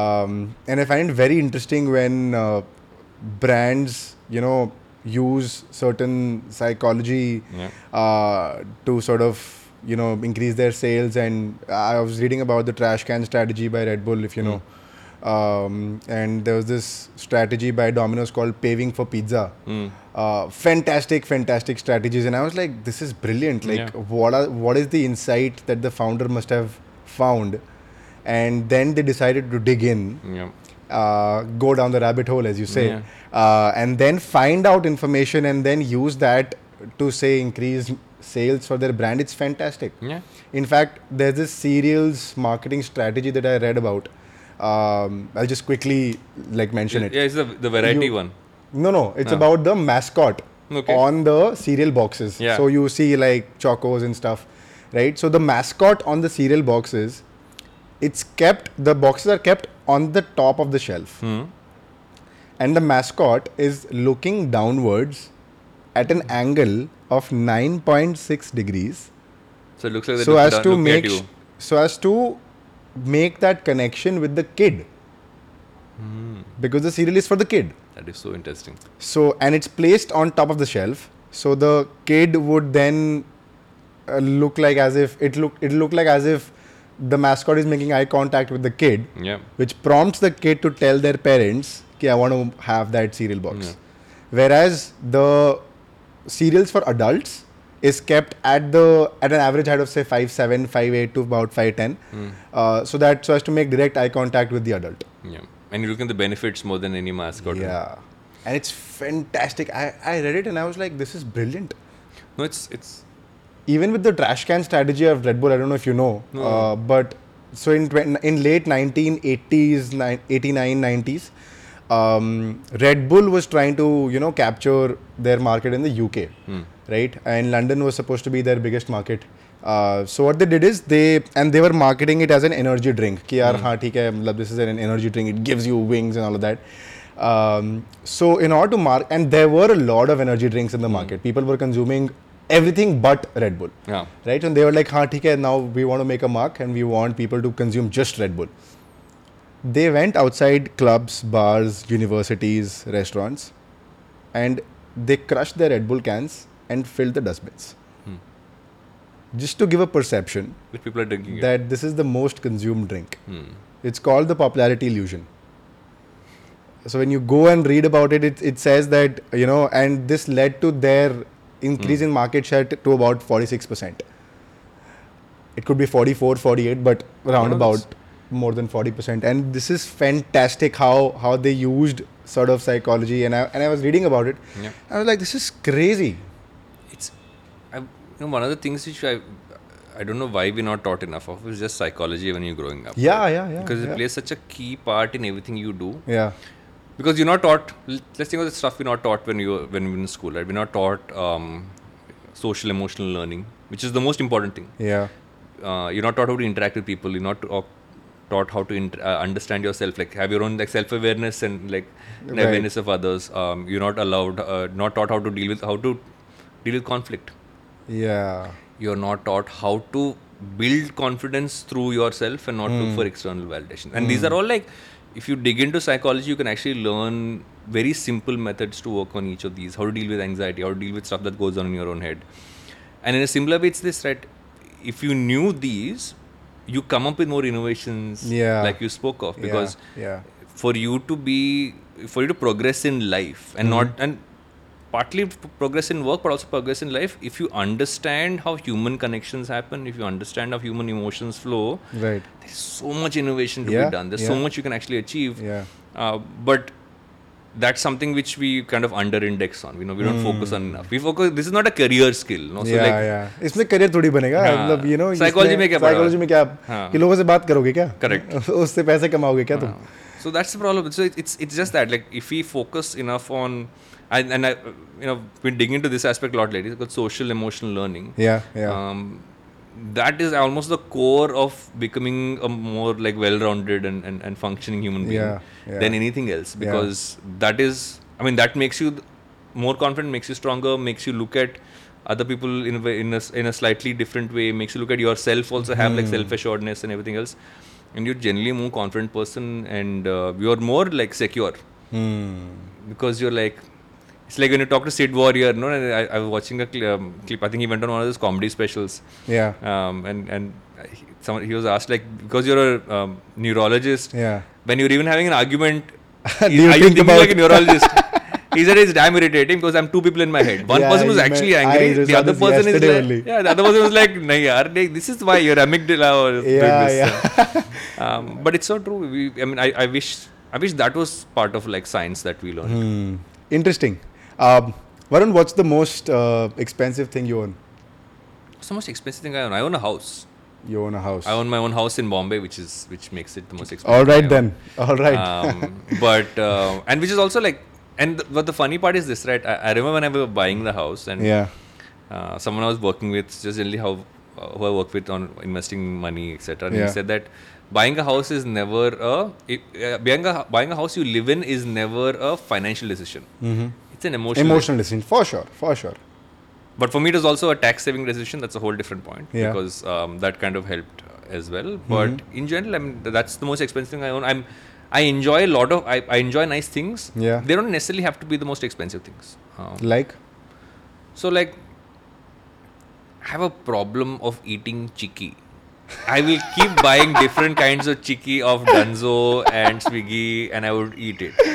um, and I find it very interesting when uh, brands, you know, use certain psychology Yeah. uh, to sort of you know increase their sales and i was reading about the trash can strategy by red bull if you Hmm. know um, and there was this strategy by domino's called paving for pizza uh, fantastic fantastic strategies and i was like this is brilliant like Yeah. what are, what is the insight that the founder must have found and then they decided to dig in yeah uh, go down the rabbit hole, as you say, Yeah. uh, and then find out information and then use that to say increase sales for their brand. It's fantastic. yeah In fact, there's this serials marketing strategy that I read about. Um, I'll just quickly like mention it. yeah it's the the variety You- one No, no, it's about the mascot Okay. on the cereal boxes. Yeah. So you see like chocos and stuff, right? So the mascot on the cereal boxes, it's kept. The boxes are kept on the top of the shelf, Hmm. and the mascot is looking downwards at an angle of 9.6 degrees So it looks like they're so look- as they're to looking at make you. sh- so as to make that connection with the kid Hmm. because the cereal is for the kid That is so interesting. so and it's placed on top of the shelf so the kid would then uh, look like as if it look it look like as if the mascot is making eye contact with the kid Yeah. which prompts the kid to tell their parents okay i want to have that cereal box whereas the cereals for adults is kept at the at an average height of say 57 58 to about 510 uh, so that so as to make direct eye contact with the adult Yeah. And you look at the benefits more than any mascot. yeah and it's fantastic i i read it and i was like this is brilliant No, it's it's even with the trash can strategy of Red Bull, I don't know if you know, uh, but so in twen- in late 1980s, nine- 89, 90s, um, Red Bull was trying to you know capture their market in the UK, right? And London was supposed to be their biggest market. Uh, so what they did is they and they were marketing it as an energy drink. Ki yaar, haan, theek hai, matlab, this is an energy drink. It gives you wings and all of that. Um, so in order to mark, and there were a lot of energy drinks in the market. People were consuming everything but Red Bull. yeah. Right? And they were like, Haan, theek hai, now we want to make a mark and we want people to consume just Red Bull. They went outside clubs, bars, universities, restaurants, and they crushed their Red Bull cans and filled the dustbins. Just to give a perception Which people are drinking it. Hmm. that this is the most consumed drink. It's called the popularity illusion. So when you go and read about it, it, it says that, you know, and this led to their increase in market share t- to about 46%. It could be 44, 48, but around Yeah, about more than 40%. And this is fantastic how, how they used sort of psychology. And I, and I was reading about it. Yeah. I was like, this is crazy. it's I, you know one of the things which I I don't know why we're not taught enough of is just psychology when you're growing up. Yeah, yeah, yeah, Because yeah. it plays such a key part in everything you do. Yeah. Because you're not taught. l- Let's think of the stuff we're not taught when you were- when we were in school. Right? We're not taught um, social emotional learning, which is the most important thing. Yeah. Uh, you're not taught how to interact with people. You're not taught- taught how to inter- uh, understand yourself, like have your own like self awareness and like an Right. awareness of others. Um, you're not allowed, uh, not taught how to deal with how to deal with conflict Yeah. you're not taught how to build confidence through yourself and not Hmm. look for external validation. And these are all like, if you dig into psychology, you can actually learn very simple methods to work on each of these. How to deal with anxiety, how to deal with stuff that goes on in your own head. And in a similar way, it's this right. If you knew these, you come up with more innovations, Yeah. like you spoke of, because Yeah. for you to be for you to progress in life and Mm-hmm. not and partly p- progress in work but also progress in life if you understand how human connections happen if you understand how human emotions flow yeah. Right. there's so much innovation to Yeah, be done there's so yeah. much you can actually achieve Yeah. uh, but that's something which we kind of under index on you know we don't Mm. focus on enough we focus this is not a career skill no so या like या इसमें career थोड़ी बनेगा हाँ, मतलब you know psychology में क्या पड़ा हुआ साइकोलॉजी है? में क्या आप हाँ। कि लोगों से बात करोगे क्या Correct. हाँ। उससे पैसे कमाओगे क्या तुम Oh. So that's the problem. So it- it's it's just that like if we focus enough on and, and I you know been digging into this aspect a lot lately. It's called social emotional learning. या या Um, that is almost the core of becoming a more like well-rounded and, and, and functioning human being Yeah, yeah. than anything else because that is I mean that makes you th- more confident, makes you stronger, makes you look at other people in a way, in a, s- in a slightly different way, makes you look at yourself also have like Hmm. self-assuredness and everything else, and you're generally a more confident person and uh, you're more like secure Hmm, because you're like it's like when you talk to Sid Warrior, no? And I, I was watching a cl- um, clip. I think he went on one of those comedy specials, या um, and and he, someone he was asked like because you're a um, neurologist, Yeah. when you're even having an argument, Do is, you are you think thinking like a about- neurologist? he said it's damn irritating because I'm two people in my head. One Yeah, person was you actually meant- I angry, the resolved other this person is yesterday like, only. yeah, the other person was like, nah, yaar, like, this is why your amygdala was Yeah, doing this. um, but it's so true. We, I mean, I, I wish. I wish that was part of like science that we learned. Hmm, interesting Um, Varun what's the most expensive thing you own Mm-hmm. What's the most expensive thing I own? I own a house. You own a house I own my own house in Bombay, which is which makes it the most expensive. All thing I right own. Then all right Um, but uh, and which is also like, and th- but the funny part is this, right? I, I remember when I was buying the house, and या uh, someone I was working with, just generally how uh, who I work with on investing money, etc. And he Yeah. said that buying a house is never a it, uh, buying a buying a house you live in is never a financial decision. It's an emotional. Emotional listen for sure for sure But for me, it was also a tax saving decision. That's a whole different point Yeah. Mm-hmm. because um, that kind of helped as well. But in general, I mean, th- that's the most expensive thing I own. I'm, I enjoy a lot of, I, I enjoy nice things. Yeah. They don't necessarily have to be the most expensive things. Um, like so, like, I have a problem of eating chiki. I will keep buying different kinds of chiki of Dunzo and Swiggy, and I would eat it.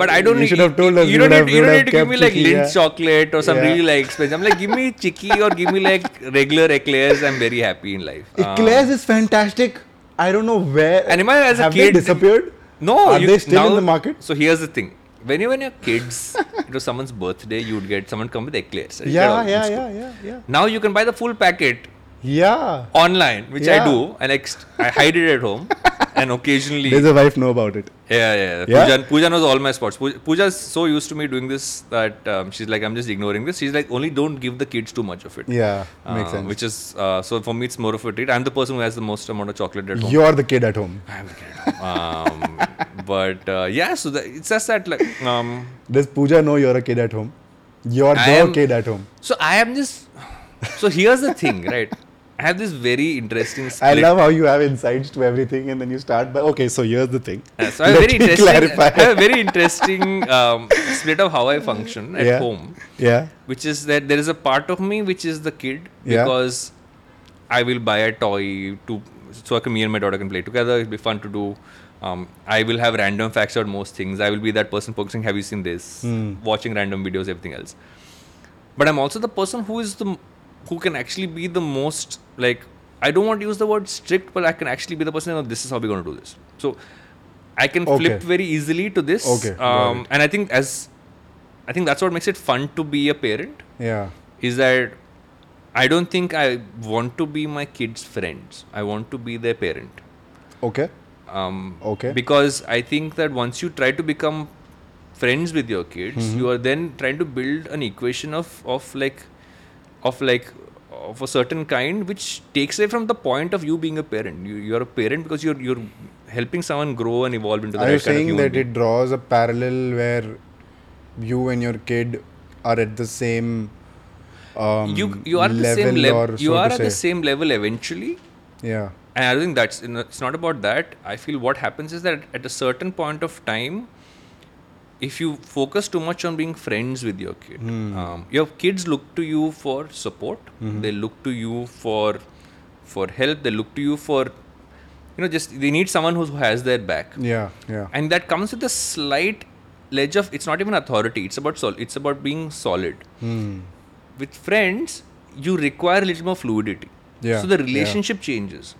But I don't. You should e- have told us. You You don't would have- need, you you would don't have need to give me kept like chiki, Lindt yeah. chocolate or some Yeah. really like expensive. I'm like, give me chiki or give me like regular eclairs. I'm very happy in life. Um, eclairs is fantastic I don't know where And remember as a have they kid- disappeared No, are you- they still in now- the market So here's the thing: when you when you're kids, it was someone's birthday, you would get someone come with eclairs. I did that या all in या school. या या या Now you can buy the full packet Yeah. online, which I Yeah. do, and I, ex- I hide it at home, and occasionally, Does yeah, the wife know about it? yeah, yeah. Yeah? Pooja, Pooja knows all my spots. Pooja, Pooja's so used to me doing this that um, she's like, I'm just ignoring this. She's like, only don't give the kids too much of it. Yeah, makes Uh, sense. Which is uh, so for me, it's more of a treat. I'm the person who has the most amount of chocolate at home. You're the kid at home. I'm the kid at home. um, but uh, yeah, so that, it's just that like um, Does Pooja know you're a kid at home? You're I the am- kid at home. so I am just so here's the thing, right? I have this very interesting. Split. I love how you have insights to everything and then you start by, okay, so here's the thing. Yeah, so I have Let very me interesting. clarify. I have a very interesting um, split of how I function at Yeah. home, yeah. which is that there is a part of me which is the kid Yeah. because I will buy a toy to so I can me and my daughter can play together. It'll be fun to do. Um, I will have random facts about most things. I will be that person focusing. Have you seen this? Hmm. Watching random videos, everything else. But I'm also the person who is the m- who can actually be the most like I don't want to use the word strict, but I can actually be the person. No, this is how we're going to do this. So I can flip Okay. very easily to this. Okay, got Um, and I think as I think that's what makes it fun to be a parent Yeah. is that I don't think I want to be my kids' friends. I want to be their parent. Okay. Um, Okay. Because I think that once you try to become friends with your kids, Mm-hmm. you are then trying to build an equation of of like of like of a certain kind, which takes away from the point of you being a parent. You you are a parent because you're you're helping someone grow and evolve into the Are you right kind of saying human that being. it draws a parallel where you and your kid are at the same um, you you are at the same level. or You so are to at say? the same level eventually. Yeah. And I don't think that's no, it's not about that. I feel what happens is that at a certain point of time, if you focus too much on being friends with your kid, Hmm. um, your kids look to you for support. Mm-hmm. They look to you for for help. They look to you for you know just they need someone who's- who has their back Yeah. Yeah. and that comes with a slight ledge of it's not even authority it's about sol- it's about being solid Hmm. with friends you require a little more fluidity Yeah, so the yeah. relationship changes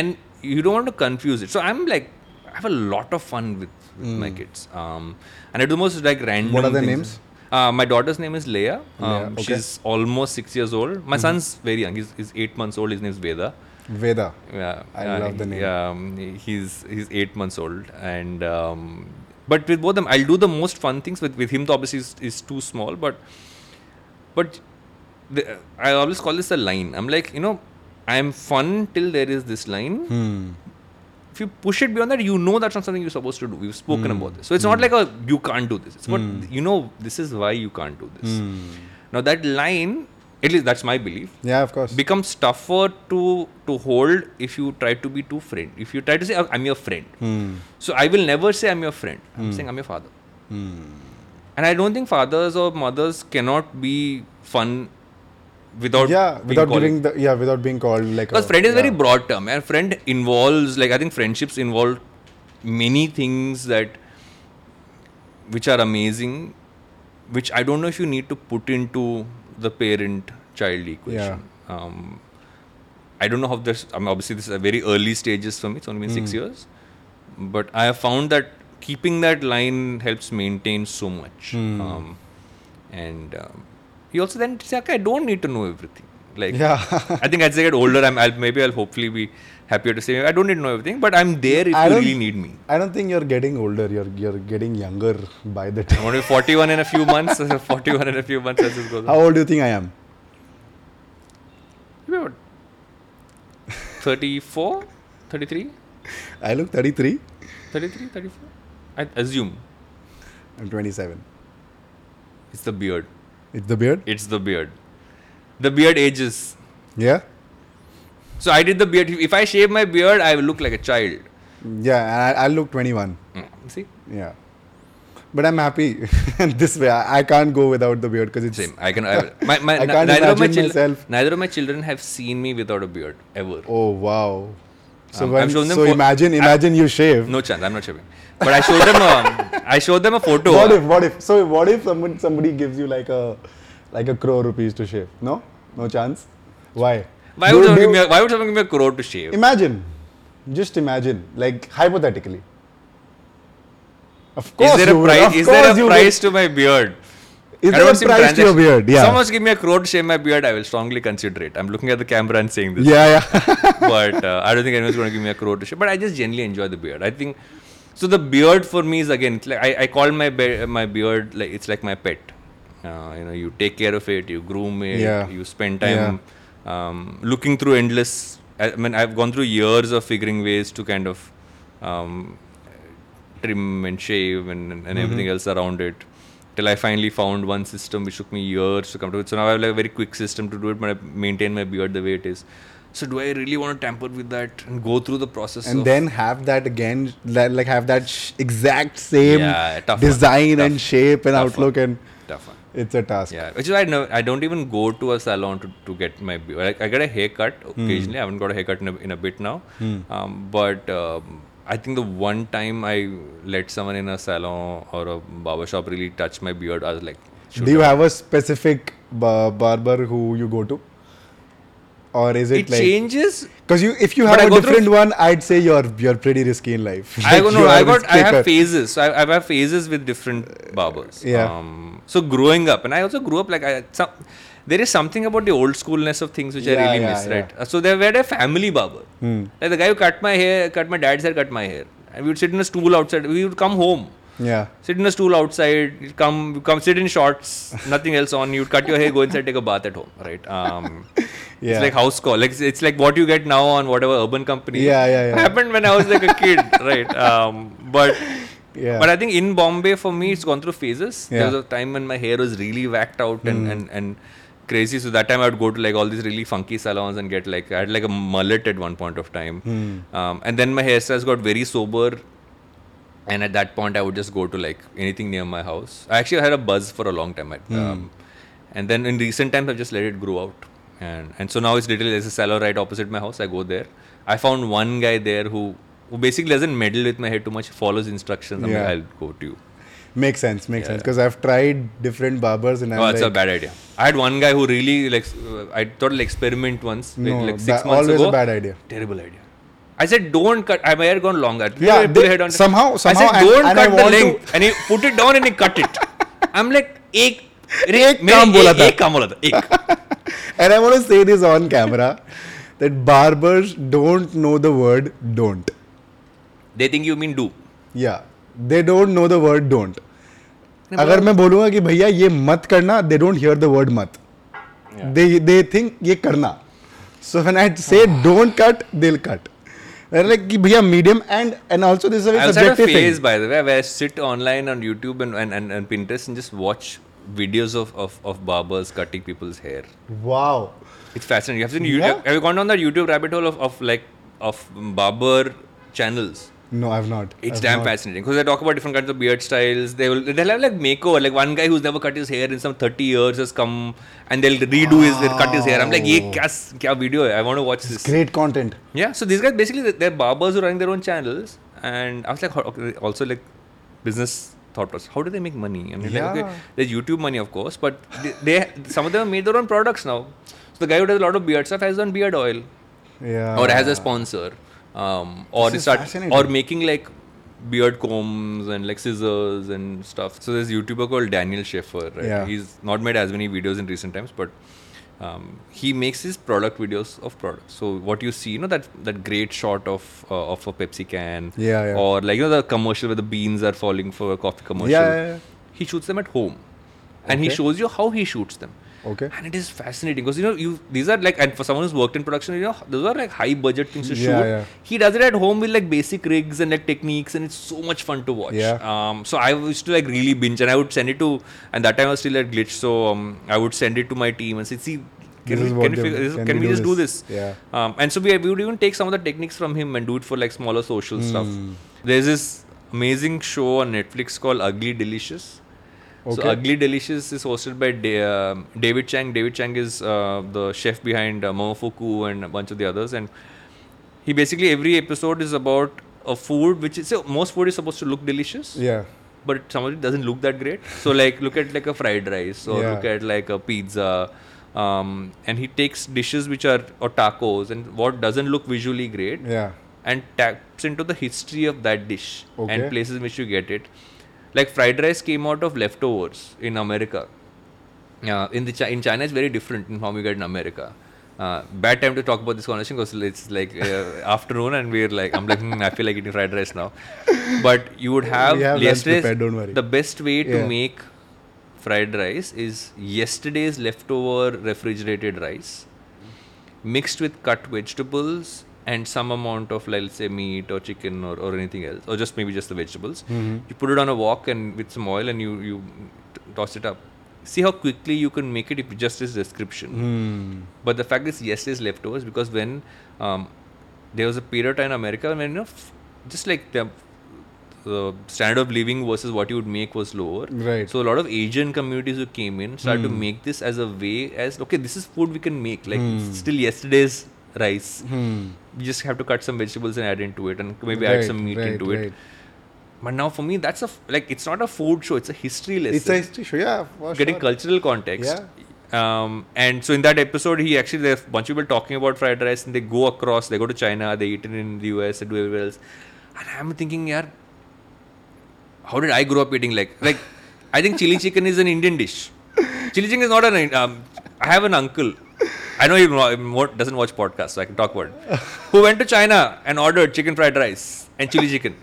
and you don't want to confuse it so i'm like i have a lot of fun with, with my kids um, and i do most like random Mm. What are their things. names? uh, my daughter's name is leia um, Leia, okay. Mm-hmm. she's almost six years old my son's very young he's, he's eight months old his name is veda Veda. yeah, I yeah, love the name. Yeah, um, he's he's eight months old, and um, but with both them, I'll do the most fun things with with him. though Obviously, is, is too small, but but the, I always call this a line. I'm like, you know, I'm fun till there is this line. Hmm. If you push it beyond that, you know that's not something you're supposed to do. We've spoken Hmm. about this, so it's not like a you can't do this. It's what you know. This is why you can't do this. Hmm. Now that line, at least that's my belief Yeah, of course. becomes tougher to to hold if you try to be too friend. If you try to say "Oh, I'm your friend, Hmm. so I will never say I'm your friend. I'm saying I'm your father. Hmm. And I don't think fathers or mothers cannot be fun without yeah, being without called- giving the yeah, without being called like uh, because a- friend is yeah. very broad term and friend involves like I think friendships involve many things that which are amazing, which I don't know if you need to put into the parent child equation. Um, I don't know how this. I mean, obviously, this is a very early stages for me. It's only been Hmm. six years, but I have found that keeping that line helps maintain so much. Hmm. Um, and um, he also then said, "Okay, I don't need to know everything." Like, Yeah. I think as I get older, I'm. I'll, maybe I'll hopefully be happier to say I don't need to know everything, but I'm there if I you don't- really need me. I don't think you're getting older. You're you're getting younger by the I'm time. going to be 41 in a few months. 41 in a few months as this goes on. How old do you think I am? Maybe about 34, 33, I look 33. 33, 34. I assume I'm 27. it's the beard. It's the beard. It's the beard. The beard ages. Yeah. So I did the beard. If I shave my beard, I will look like a child. Yeah, and I, I look 21. Mm, See, Yeah. But I'm happy this way. I, I can't go without the beard because it's same. I can. I, my, my, I can't neither of my imagine children. myself. Neither of my children have seen me without a beard ever. Oh wow. So Um, when, I've shown them so pho- imagine imagine you shave. No chance. I'm not shaving. But I showed them. A, I showed them a photo. What if what if so what if someone somebody gives you like a like a crore rupees to shave? No, no chance. Why? Why Do- would, someone do- give me a, why would someone give me a crore to shave? imagine? Just imagine, like hypothetically. Of course, Is there you a will, price? of Is there course a you price to my beard? Will. Is I there don't a seem price to your transact- beard? Yeah. Someone's give me a crore to shave my beard. I will strongly consider it. I'm looking at the camera and saying this, yeah, yeah. but uh, I don't think anyone's going to give me a crore to shave. But I just generally enjoy the beard. I think so. The beard for me is again. it's Like I, I call my be- my beard like it's like my pet. Uh, you know, you take care of it, you groom it, Yeah. you spend time um, looking through endless. I, I mean, I've gone through years of figuring ways to kind of um, trim and shave and, and Mm-hmm. everything else around it till I finally found one system which took me years to come to it. So now I have like a very quick system to do it, but I maintain my beard the way it is. So do I really want to tamper with that and go through the process? and of, then have that again li- like have that sh- exact same Yeah, tough one. design and Tough. shape and Tough outlook and tough one. it's a task Yeah, which is I know I don't even go to a salon to, to get my beard. Like, I get a haircut Hmm. occasionally. I haven't got a haircut in a, in a bit now. Um, but um, I think the one time I let someone in a salon or a barber shop really touch my beard, I was like, do you have a specific ba- barber who you go to or is it, it like changes Because you, if you But have I a go through- different one, I'd say you're you're pretty risky in life. I Like, go no, you I are a got risk I have taker. phases. So I, I have phases with different barbers. Yeah. Um, so growing up, and I also grew up like I some, there is something about the old schoolness of things which I Yeah, really yeah, miss, yeah. Hmm. right? Uh, So there were a family barber, like the guy who cut my hair, cut my dad's hair, cut my hair, and we would sit in a stool outside. We would come home. Yeah. Sit in a stool outside. you'd Come, come sit in shorts. Nothing else on. You'd cut your hair, go inside, take a bath at home. Right. Um, Yeah. It's like house call. Like it's like what you get now on whatever urban company. Yeah, yeah, yeah. Happened when I was like a kid, right? Um, but Yeah. but I think in Bombay for me it's gone through phases. Yeah. Hmm. There was a time when my hair was really whacked out and, and and crazy. So that time I would go to like all these really funky salons and get like I had like a mullet at one point of time. Hmm. Um, and then my hairstyles got very sober. And at that point, I would just go to like anything near my house. I actually had a buzz for a long time. Hmm. At, um, and then in recent times, I've just let it grow out. And and so now it's literally there's a salon right opposite my house. I go there. I found one guy there who who basically doesn't meddle with my hair too much, follows instructions. I'm Yeah. like, I'll go to you. Makes sense. Makes sense. Because I've tried different barbers and I'm oh, that's like, a bad idea. I had one guy who really like uh, I thought I'll experiment once like, no, like six ba- months always ago. a bad idea. Terrible idea. I said, don't cut. I my hair gone longer. Yeah, Put they- your head on- somehow- somehow I said, and- don't and I cut the want to- length. And he put it down and he cut it. I'm like, एक एक काम बोला था। एक काम बोला था एक And I want to say this on camera that barbers don't know the word don't. they think you mean do Yeah. They don't know the word don't. अगर मैं बोलूंगा कि भैया ये मत करना they don't hear the word मत दे they think ये करना so when I say don't cut they will cut like कि भैया medium and and also this I is also had a subjective phase, by the way, where I sit online on YouTube and, and, and, and Pinterest and just watch videos of, of, of barbers cutting people's hair. Thing wow It's fascinating. Have you seen Yeah. YouTube? Have you gone down that YouTube rabbit hole of, of like of barber channels? No I have not It's damn fascinating because they talk about different kinds of beard styles. They will they'll have like makeover. Like one guy who's never cut his hair in some 30 years has come and they'll redo his they'll cut his hair. I'm like, ye kya, s- kya video hai? I want to watch this. Great content Yeah. So these guys basically they're- they're barbers who run their own channels, and I was like, how- okay, also like business thought process. How do they make money? And yeah. like, Yeah. okay, there's YouTube money, of course, but they, they some of them have made their own products now. So the guy who does a lot of beard stuff has done beard oil, या or Oh, has a sponsor, um, or This they is start fascinating. or making like beard combs and like scissors and stuff. So there's a YouTuber called Daniel Schaefer. Right? Yeah. He's not made as many videos in recent times, but um, he makes his product videos of products. So what you see, you know that that great shot of uh, of a Pepsi can, Yeah, yeah. or like you know the commercial where the beans are falling for a coffee commercial. yeah, yeah. He shoots them at home, and he Okay. shows you how he shoots them. Okay. And it is fascinating because you know you these are like and for someone who's worked in production, you know those are like high budget things to Yeah, shoot. yeah. He does it at home with like basic rigs and like techniques, and it's so much fun to watch. Yeah. Um, so I used to like really binge, and I would send it to, and that time I was still at Glitch, so um, I would send it to my team and say, see, This can is we, what can, we, they- figure, this- can can we we do just do this? this? Yeah. Um, and so we, we would even take some of the techniques from him and do it for like smaller social Hmm. stuff. There's this amazing show on Netflix called Ugly Delicious. So Okay. Ugly Delicious is hosted by Da- um, David Chang. David Chang is uh, the chef behind uh, Momofuku and a bunch of the others. And he basically every episode is about a food which is so most food is supposed to look delicious या but some of it doesn't look that great. So like look at like a fried rice or Yeah. look at like a pizza. Um, and he takes dishes which are or tacos and what doesn't look visually great या and taps into the history of that dish Okay. and places in which you get it. Like fried rice came out of leftovers in America. Uh, in the Chi- in China, it's very different in how we get in America. Uh, bad time to talk about this conversation because it's like uh, afternoon and we're like I'm like "Hmm, I feel like eating fried rice now, but you would have, We have lunch yesterday's prepared, don't worry. the best way Yeah. to make fried rice is yesterday's leftover refrigerated rice mixed with cut vegetables and some amount of like let's say meat or chicken or, or anything else or just maybe just the vegetables you put it on a wok and with some oil and you you t- toss it up see how quickly you can make it if just this description but the fact is yesterday's leftovers because when um, there was a period of time in america when you know f- just like the the standard of living versus what you would make was lower. Right. Hmm. So a lot of Asian communities who came in started to make this as a way as okay, this is food we can make. Like Hmm. it's still yesterday's rice. You just have to cut some vegetables and add into it, and maybe add Right, some meat right, into it. right. But now for me, that's a f- like it's not a food show; it's a history lesson. It's a history show या Getting cultural context. Yeah. Um, and so in that episode, he actually there's a bunch of people talking about fried rice, and they go across, they go to China, they eat it in the US, they do everywhere else. And I'm thinking, yeah, how did I grow up eating like like I think chili chicken is an Indian dish. Chili chicken is not an. Um, I have an uncle. I know he wa- mo- doesn't watch podcasts, so I can talk about it. Who went to China and ordered chicken fried rice and chili chicken,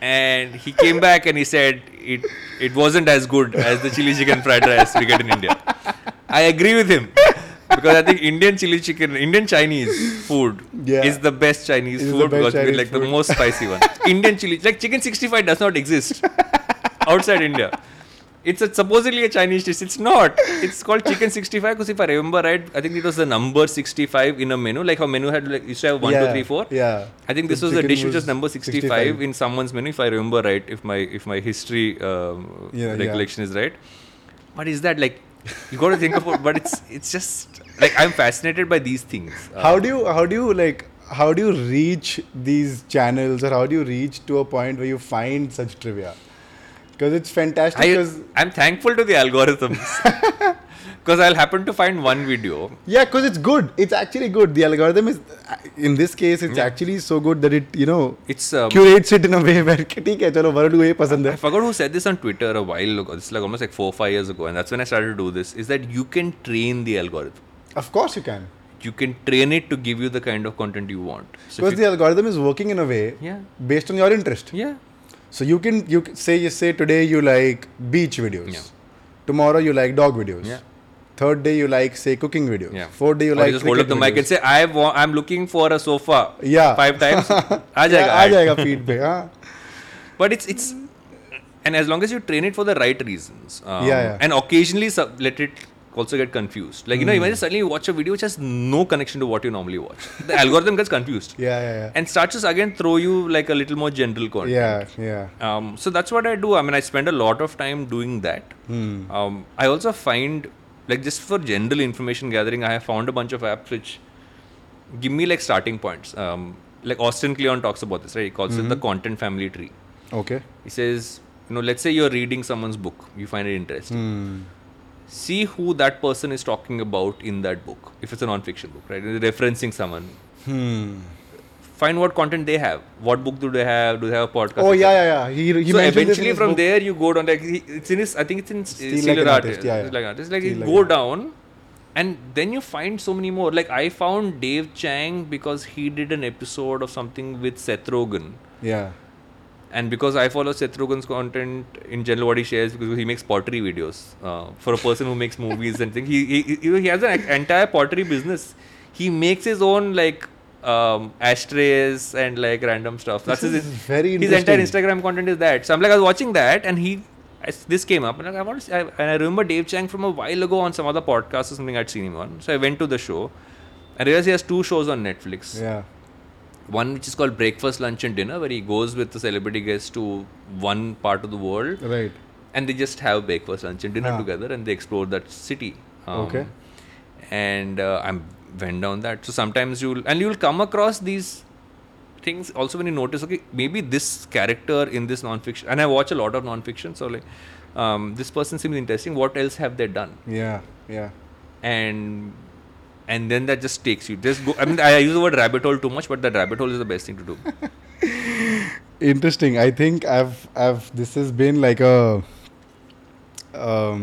and he came back and he said it it wasn't as good as the chili chicken fried rice we get in India. I agree with him because I think Indian chili chicken, Indian Chinese food Yeah. is the best Chinese It is the food best because we Chinese like the food. most spicy one. Indian chili, like chicken 65 does not exist outside India. It's a, supposedly a Chinese dish. It's not. It's called chicken 65 because if I remember right, I think it was the number 65 in a menu. Like how menu had like used to have one, two, Yeah, three, four. yeah. I think The this was a chicken dish which was was number 65, 65. in someone's menu. If I remember right, if my if my history um, Yeah, yeah. recollection is right. But is that like you got to think about? But it's it's just like I'm fascinated by these things. Uh, how do you how do you like how do you reach these channels or how do you reach to a point where you find such trivia because it's fantastic I, because I'm thankful to the algorithms because I'll happen to find one video. yeah because it's good it's actually good the algorithm is in this case it's actually so good that it you know It's um, curates it in a way where कि ठीक है चलो world को ये पसंद I है forgot who said this on Twitter a while ago. This is like almost like four five years ago, and that's when I started to do this. Is that you can train the algorithm. of course you can You can train it to give you the kind of content you want. So if because the algorithm is working in a way Yeah. based on your interest you- yeah, so you can you can- say you say today you like beach videos Yeah. tomorrow you like dog videos Yeah. third day you like say cooking videos yeah. fourth day you Or like just hold up the cricket mic and videos. say, "I want. I'm looking for a sofa." Yeah. Five times. Uh Yeah, जाएगा आ ad. जाएगा feed पे हाँ But it's it's, and as long as you train it for the right reasons, um, Yeah, yeah. Hmm. and occasionally sub- let it also get confused. Like you know, imagine suddenly you watch a video which has no connection to what you normally watch. The algorithm gets confused yeah yeah yeah and starts to again throw you like a little more general content. yeah yeah Um, so that's what I do. I mean, I spend a lot of time doing that. Hmm. Um, I also find, like, just for general information gathering, I have found a bunch of apps which give me like starting points. Um, like Austin Kleon talks about this, right? He calls it Hmm. the content family tree. okay He says, you know, let's say you're reading someone's book, you find it interesting. Hmm. See who that person is talking about in that book, if it's a non-fiction book, right? Referencing someone. Hmm. Find what content they have. What book do they have? Do they have a podcast? oh etc.? yeah yeah yeah he, he so mentioned this in eventually his from book. there you go down like he- it's in his I think it's in Steal Steal Like Like an Artist. Artist, yeah, yeah. Steal Like an Artist. Like Steal you Like go an down and then you find so many more. Like I found Dave Chang because he did an episode of something with Seth Rogen. yeah And because I follow Seth Rogen's content in general, what he shares because he makes pottery videos uh, for a person who makes movies and things. He he, he he has an entire pottery business. He makes his own like um, ashtrays and like random stuff. That's This his is very his entire interesting. Instagram content is that. So I'm like I was watching that and he as this came up and like, I want to see, I, and I remember Dave Chang from a while ago on some other podcast or something I'd seen him on. So I went to the show. I realized he has two shows on Netflix yeah one which is called breakfast lunch and dinner where he goes with the celebrity guests to one part of the world right and they just have breakfast lunch and dinner Ah. together and they explore that city Um, Okay. and uh, i'm went down that so sometimes you'll and you'll come across these things also when you notice okay maybe this character in this nonfiction and i watch a lot of nonfiction so like um, this person seems interesting what else have they done yeah yeah and and then that just takes you just go i mean i use the word rabbit hole too much but that rabbit hole is the best thing to do interesting i think i've i've this has been like a um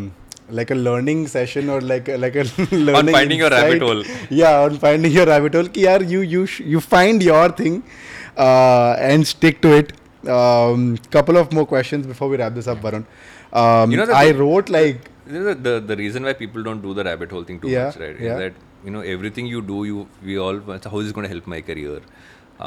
like a learning session or like a, like a learning finding your rabbit hole. yeah on finding your rabbit hole ki yaar, you you sh- you find your thing uh, and stick to it um couple of more questions before we wrap this up varun um You know the i thing- wrote like the, the the reason why people don't do the rabbit hole thing too Yeah, much, right? yeah. Is that you know everything you do, you we all how is it going to help my career?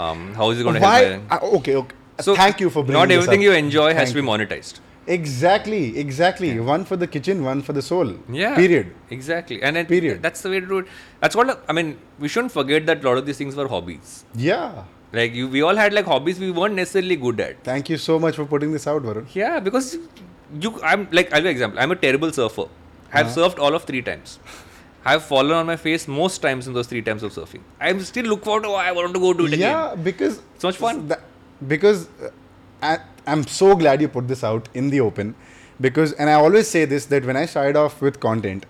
Um, how is it going to why help? My, uh, okay okay thank you for bringing not this everything up. you enjoy has Thank to be monetized. exactly exactly one for the kitchen one for the soul Yeah. period Exactly. And it, Period. That's the way to do it. That's what I mean. We shouldn't forget that a lot of these things were hobbies. yeah Like you, we all had like hobbies we weren't necessarily good at. Thank you so much for putting this out, Varun. Yeah, because you, I'm like, I'll give you an example. I'm a terrible surfer. I've Uh-huh. surfed all of three times. I've fallen on my face most times in those three times of surfing. I'm still look forward to. Oh, I want to go do it again. Yeah, because It's much fun. That, because uh, I, I'm so glad you put this out in the open because and i always say this that when i started off with content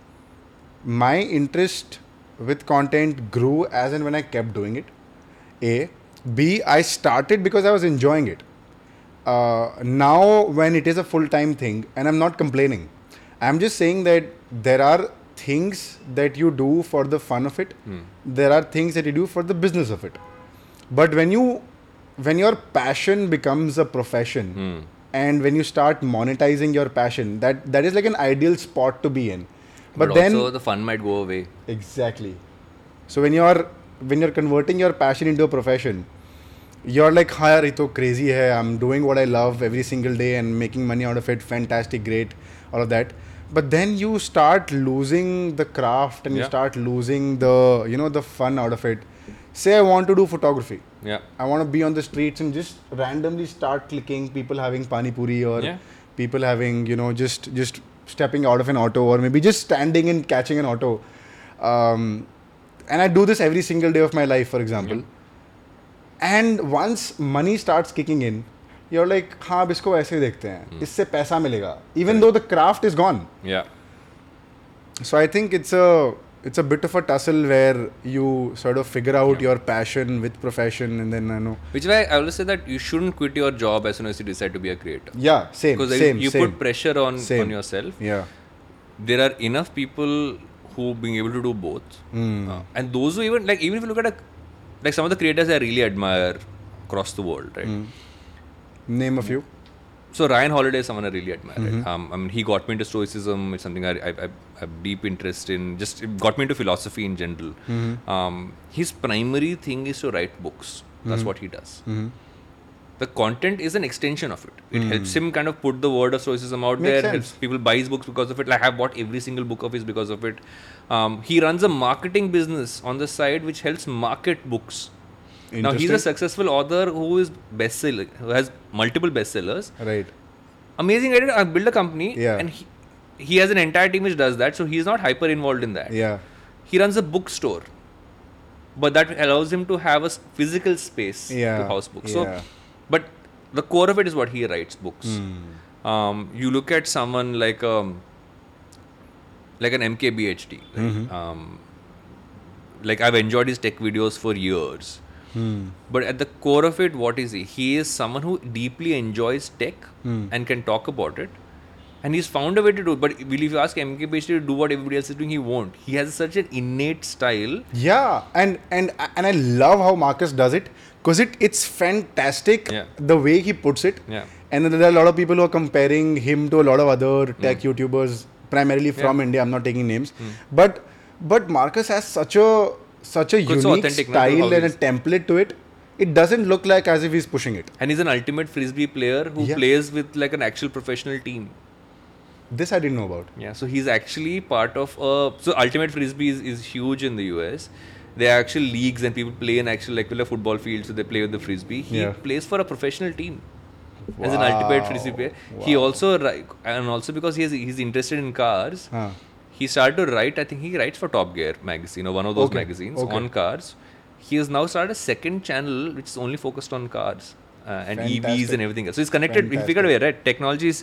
my interest with content grew as and when i kept doing it a b i started because i was enjoying it uh, now when it is a full-time thing and i'm not complaining i'm just saying that there are things that you do for the fun of it Hmm. there are things that you do for the business of it but when you when your passion becomes a profession Hmm. and when you start monetizing your passion that that is like an ideal spot to be in but, But, then also the fun might go away. exactly so when you're when you're converting your passion into a profession you're like "Ha, yaar, ye to crazy hai i'm doing what i love every single day and making money out of it fantastic great all of that but then you start losing the craft and you Yeah. start losing the you know the fun out of it say i want to do photography Yeah. I want to be on the streets and just randomly start clicking people having pani puri or Yeah. people having you know just just stepping out of an auto or maybe just standing and catching an auto. Um, and I do this every single day of my life, for example. And once money starts kicking in, you're like, हाँ अब इसको ऐसे ही देखते हैं इससे पैसा मिलेगा Even though the craft is gone. Yeah. So I think it's a it's a bit of a tussle where you sort of figure out your passion with profession and then I know Which is why I always say that you shouldn't quit your job as soon as you decide to be a creator. Yeah, same, Because same, you same. put pressure on, Same. on yourself. yeah, there are enough people who being able to do both Hmm. Uh, and those who even like even if you look at a like some of the creators i really admire across the world Hmm. right name a few. so ryan holiday is someone i really admire Mm-hmm. right? um, i mean he got me into stoicism it's something i, I, I have deep interest in just it got me into philosophy in general Mm-hmm. um, his primary thing is to write books Mm-hmm. that's what he does the content is an extension of it. It helps him kind of put the word of stoicism out Mm. Makes there. sense. Helps people buy his books because of it. Like I bought every single book of his because of it. Um, he runs a marketing business on the side which helps market books. Now he's a Interesting. successful author who is bestseller, who has multiple bestsellers. Right. Amazing idea. I build a company, Yeah. and he, he has an entire team which does that. So he's not hyper involved in that. Yeah. He runs a bookstore, but that allows him to have a s- physical space to Yeah, house books. yeah. Hmm. So, but the core of it is what he writes books. Um, you look at someone like um, like an MKBHD. Right? Mm-hmm. Um, like I've enjoyed his tech videos for years. But at the core of it, what is he? He is someone who deeply enjoys tech and can talk about it. And he's found a way to do it. But will if you ask MKBHD to do what everybody else is doing, he won't. He has such an innate style. Yeah, and and and I love how Marcus does it because it it's fantastic Yeah. the way he puts it. Yeah. And then there are a lot of people who are comparing him to a lot of other tech YouTubers, primarily from Mm. Yeah. Mm. India. I'm not taking names, but but Marcus has such a such a Good, so unique authentic, no? style How and a he's- template to it. It doesn't look like as if he's pushing it. And he's an ultimate frisbee player who Yeah. plays with like an actual professional team. This I didn't know about. Yeah, so he's actually part of a so ultimate frisbee is, is huge in the US. There are actual leagues and people play in actual like a football field, so they play with the frisbee. He Yeah. plays for a professional team as an ultimate frisbee Wow, player. He wow. also ri- and also because he is he's interested in cars. Huh. He started to write. I think he writes for Top Gear magazine or one of those Okay, magazines okay. on cars. He has now started a second channel which is only focused on cars uh, and EVs Fantastic. and everything else. So he's connected. He figured away, Fantastic. right? Technology is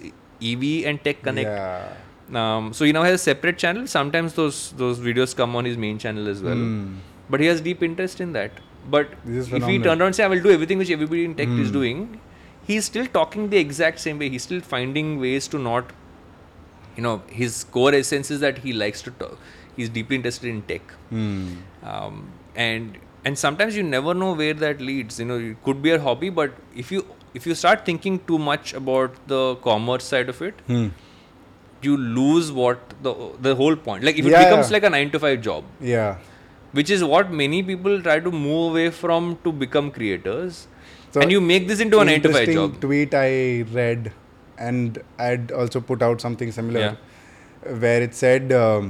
EV and tech connect. Yeah. Um, so he now has a separate channel. Sometimes those those videos come on his main channel as well. But he has deep interest in that. But Hmm. This is if he phenomenal. Hmm. turned around and say, "I will do everything which everybody in tech is doing," he's still talking the exact same way. He's still finding ways to not, you know, his core essence is that he likes to talk. He's deeply interested in tech, Hmm. um, and and sometimes you never know where that leads. You know, it could be a hobby, but if you if you start thinking too much about the commerce side of it, Hmm. you lose what the the whole point. Like if it Yeah, becomes yeah. like a nine to five job, Yeah. which is what many people try to move away from to become creators, So, and you make this into a nine to five interesting job. tweet I read, and I'd also put out something similar, where it said, um,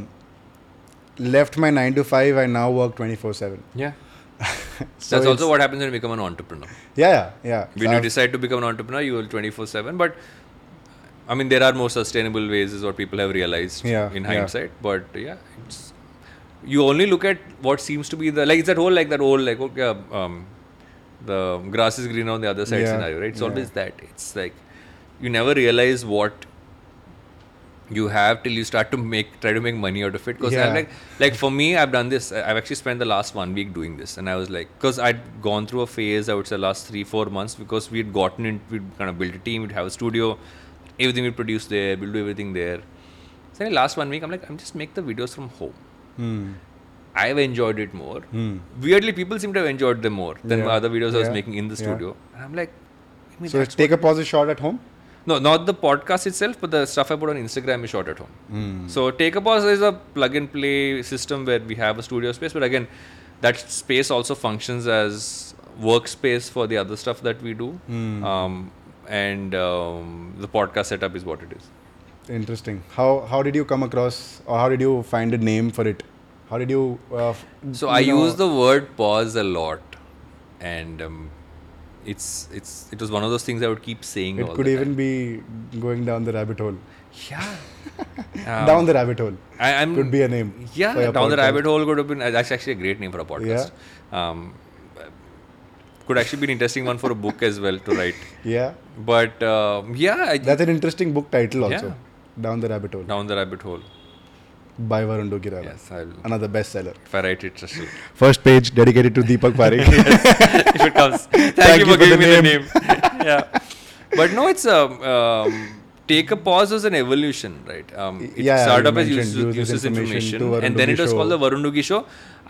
"Left my nine to five. I now work twenty four 7 yeah, So that's it's- also what happens when you become an entrepreneur. yeah, yeah, yeah. When you decide to become an entrepreneur, you will twenty four seven. But I mean, there are more sustainable ways, is what people have realized Yeah, in yeah. hindsight. But yeah, it's you only look at what seems to be the like it's that whole like that whole like okay, um, the grass is greener on the other side Yeah, scenario, right? It's yeah. always that. It's like you never realize what you have till you start to make try to make money out of it because Yeah. like like for me i've done this I- i've actually spent the last one week doing this and i was like because i'd gone through a phase i would say last three four months because we'd gotten in we'd kind of built a team we'd have a studio everything we produce there we'll do everything there so in the last one week i'm like i'm just make the videos from home hmm. i've enjoyed it more weirdly people seem to have enjoyed them more than my Yeah. other videos i was Yeah. making in the Yeah. studio and i'm like I mean, So that's take a pause shot at home. no, not the podcast itself, but the stuff I put on Instagram is shot at home. Hmm. So Take a Pause is a plug and play system where we have a studio space, but again, that space also functions as workspace for the other stuff that we do. Hmm. Um, and um, the podcast setup is what it is. Interesting. How how did you come across, or how did you find a name for it? How did you? Uh, f- So you I know- use the word pause a lot, and um, it's it's it was one of those things I would keep saying. all It could the even be going down the rabbit hole. time. yeah. Um, down the rabbit hole. I, I'm Could be a name Yeah, for your down the podcast. rabbit hole could have been. That's actually a great name for a podcast. Um, could actually be an interesting one for a book as well to write. Yeah, But um, yeah, I, that's an interesting book title also. Yeah. Down the rabbit hole down the rabbit hole. by Varun Dogira. Yes, I'll, Another bestseller. if I write it, trust me. First page dedicated to Deepak Parekh. if it comes. Thank, Thank you you for for giving me the the name. yeah, but no, it's a um, take a pause was an evolution, right? Um, it Yeah, started you up as mentioned, uses, use this uses information information, to Varun and then Dugi it was show. called the Varun Dugi show.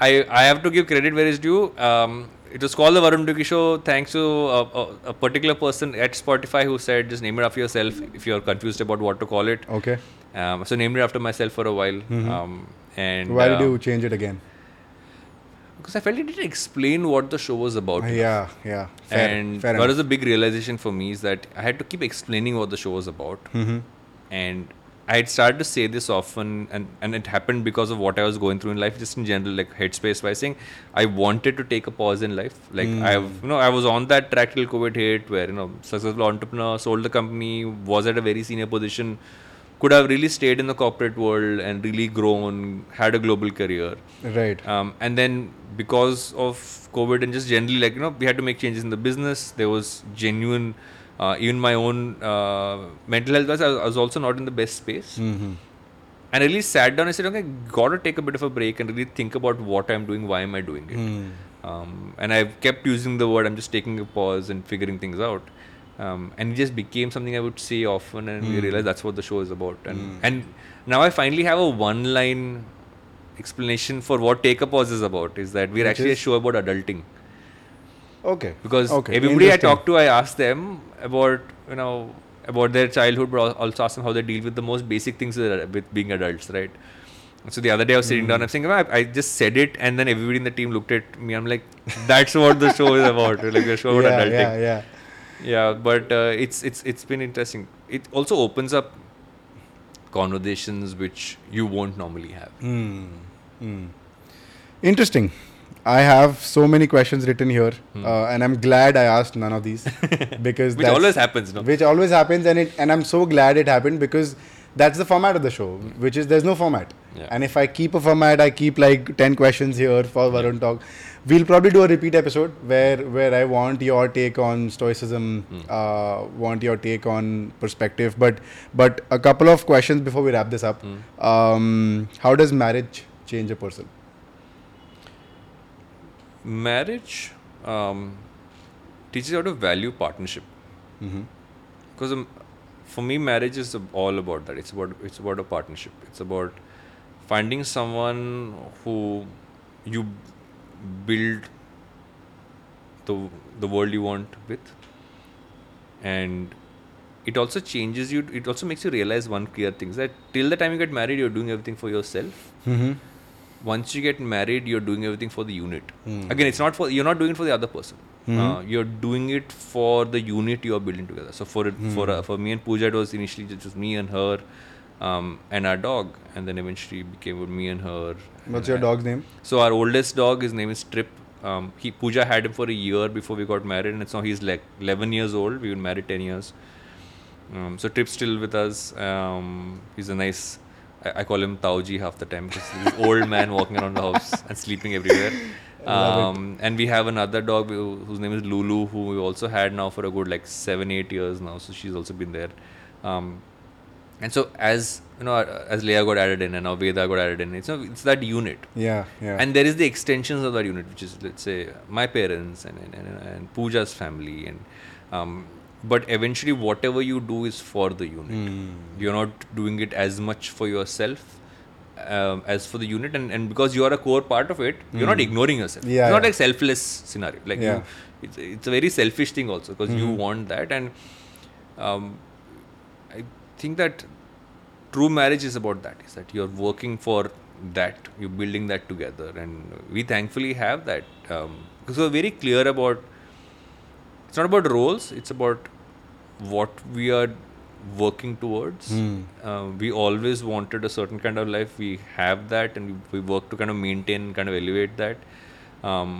I I have to give credit where it's due. Um, it was called the Varun Dugi show thanks to a, a, a particular person at Spotify who said just name it after yourself if you're confused about what to call it. okay. Um, so named it after myself for a while. Um, and Mm-hmm. Why did um, you change it again? Because I felt it didn't explain what the show was about. Ah, Yeah, yeah. Fair, and fair what enough. was the big realization for me is that I had to keep explaining what the show was about, Hmm. Mm-hmm. and I had started to say this often, and and it happened because of what I was going through in life, just in general, like headspace by saying I wanted to take a pause in life. Like Hmm. I've you know I was on that track till COVID hit, where you know successful entrepreneur sold the company, was at a very senior position. Could have really stayed in the corporate world and really grown, had a global career. right. Um, and then because of COVID and just generally, like, you know, we had to make changes in the business. There was genuine, uh, even my own uh, mental health was, I was- I was also not in the best space. Mm-hmm. And I really sat down and said, okay, gotta take a bit of a break and really think about what I'm doing, why am I doing it? Mm-hmm. Um, and I've kept using the word, I'm just taking a pause and figuring things out. Um, and it just became something I would say often, and Hmm. we realized that's what the show is about. And, and now I finally have a one line explanation for what Take a Pause is about is that we're Which actually is? a show about adulting. Okay. Because okay. everybody I Interesting. talk to, I ask them about, you know, about their childhood, but al- also ask them how they deal with the most basic things that are- with being adults, right? So the other day I was sitting Hmm. down, I'm saying, "Oh, I, I just said it, and then everybody in the team looked at me. I'm like, that's what the show is about. Like the show about yeah, adulting. yeah, yeah. Yeah, but uh, it's it's it's been interesting. It also opens up conversations which you won't normally have. Hmm. Mm-hmm. Interesting. I have so many questions written here, uh, and I'm glad I asked none of these because Hmm. Which that's- always happens, no? Which always happens, and it and I'm so glad it happened because that's the format of the show, which is there's no format. Mm. Yeah. And if I keep a format, I keep like ten questions here for Varun Talk. We'll probably do a repeat episode where where I want your take on stoicism, Mm. uh, want your take on perspective, but but a couple of questions before we wrap this up. Mm. Um, how does marriage change a person? marriage um, teaches you how to value partnership because um, for me marriage is ab- all about that it's about it's about a partnership it's about finding someone who you b- build the the world you want with and it also changes you it also makes you realize one clear thing that till the time you get married you're doing everything for yourself Mm-hmm. once you get married you're doing everything for the unit again it's not for you're not doing it for the other person Uh, you're doing it for the unit you are building together so for it, for uh, for me and pooja it was initially just, just me and her um, and our dog and then eventually it became me and her What's your dog's name? so our oldest dog his name is trip um, he pooja had him for a year before we got married and it's now he's like 11 years old we've been married 10 years um, so Trip's still with us. Um, he's a nice. I, I call him Tauji half the time because he's an old man walking around the house and sleeping everywhere. Um, and we have another dog who- whose name is Lulu, who we also had now for a good like seven, eight years now. So she's also been there. Um, And so as you know, as Leia got added in and now Veda got added in, it's you know, it's that unit. Yeah, yeah. And there is the extensions of that unit, which is let's say my parents and and, and, and Pooja's family and um, but eventually whatever you do is for the unit. Mm. You're not doing it as much for yourself um, as for the unit and, and because you are a core part of it, you're not ignoring yourself. Hmm. Yeah, it's not yeah. like selfless scenario. Like Yeah. Hmm. you, it's, it's a very selfish thing also because you want that and um, I think that true marriage is about that is that you're working for that you're building that together and we thankfully have that um, because we're very clear about it's not about roles it's about what we are working towards Uh, we always wanted a certain kind of life we have that and we, we work to kind of maintain kind of elevate that um,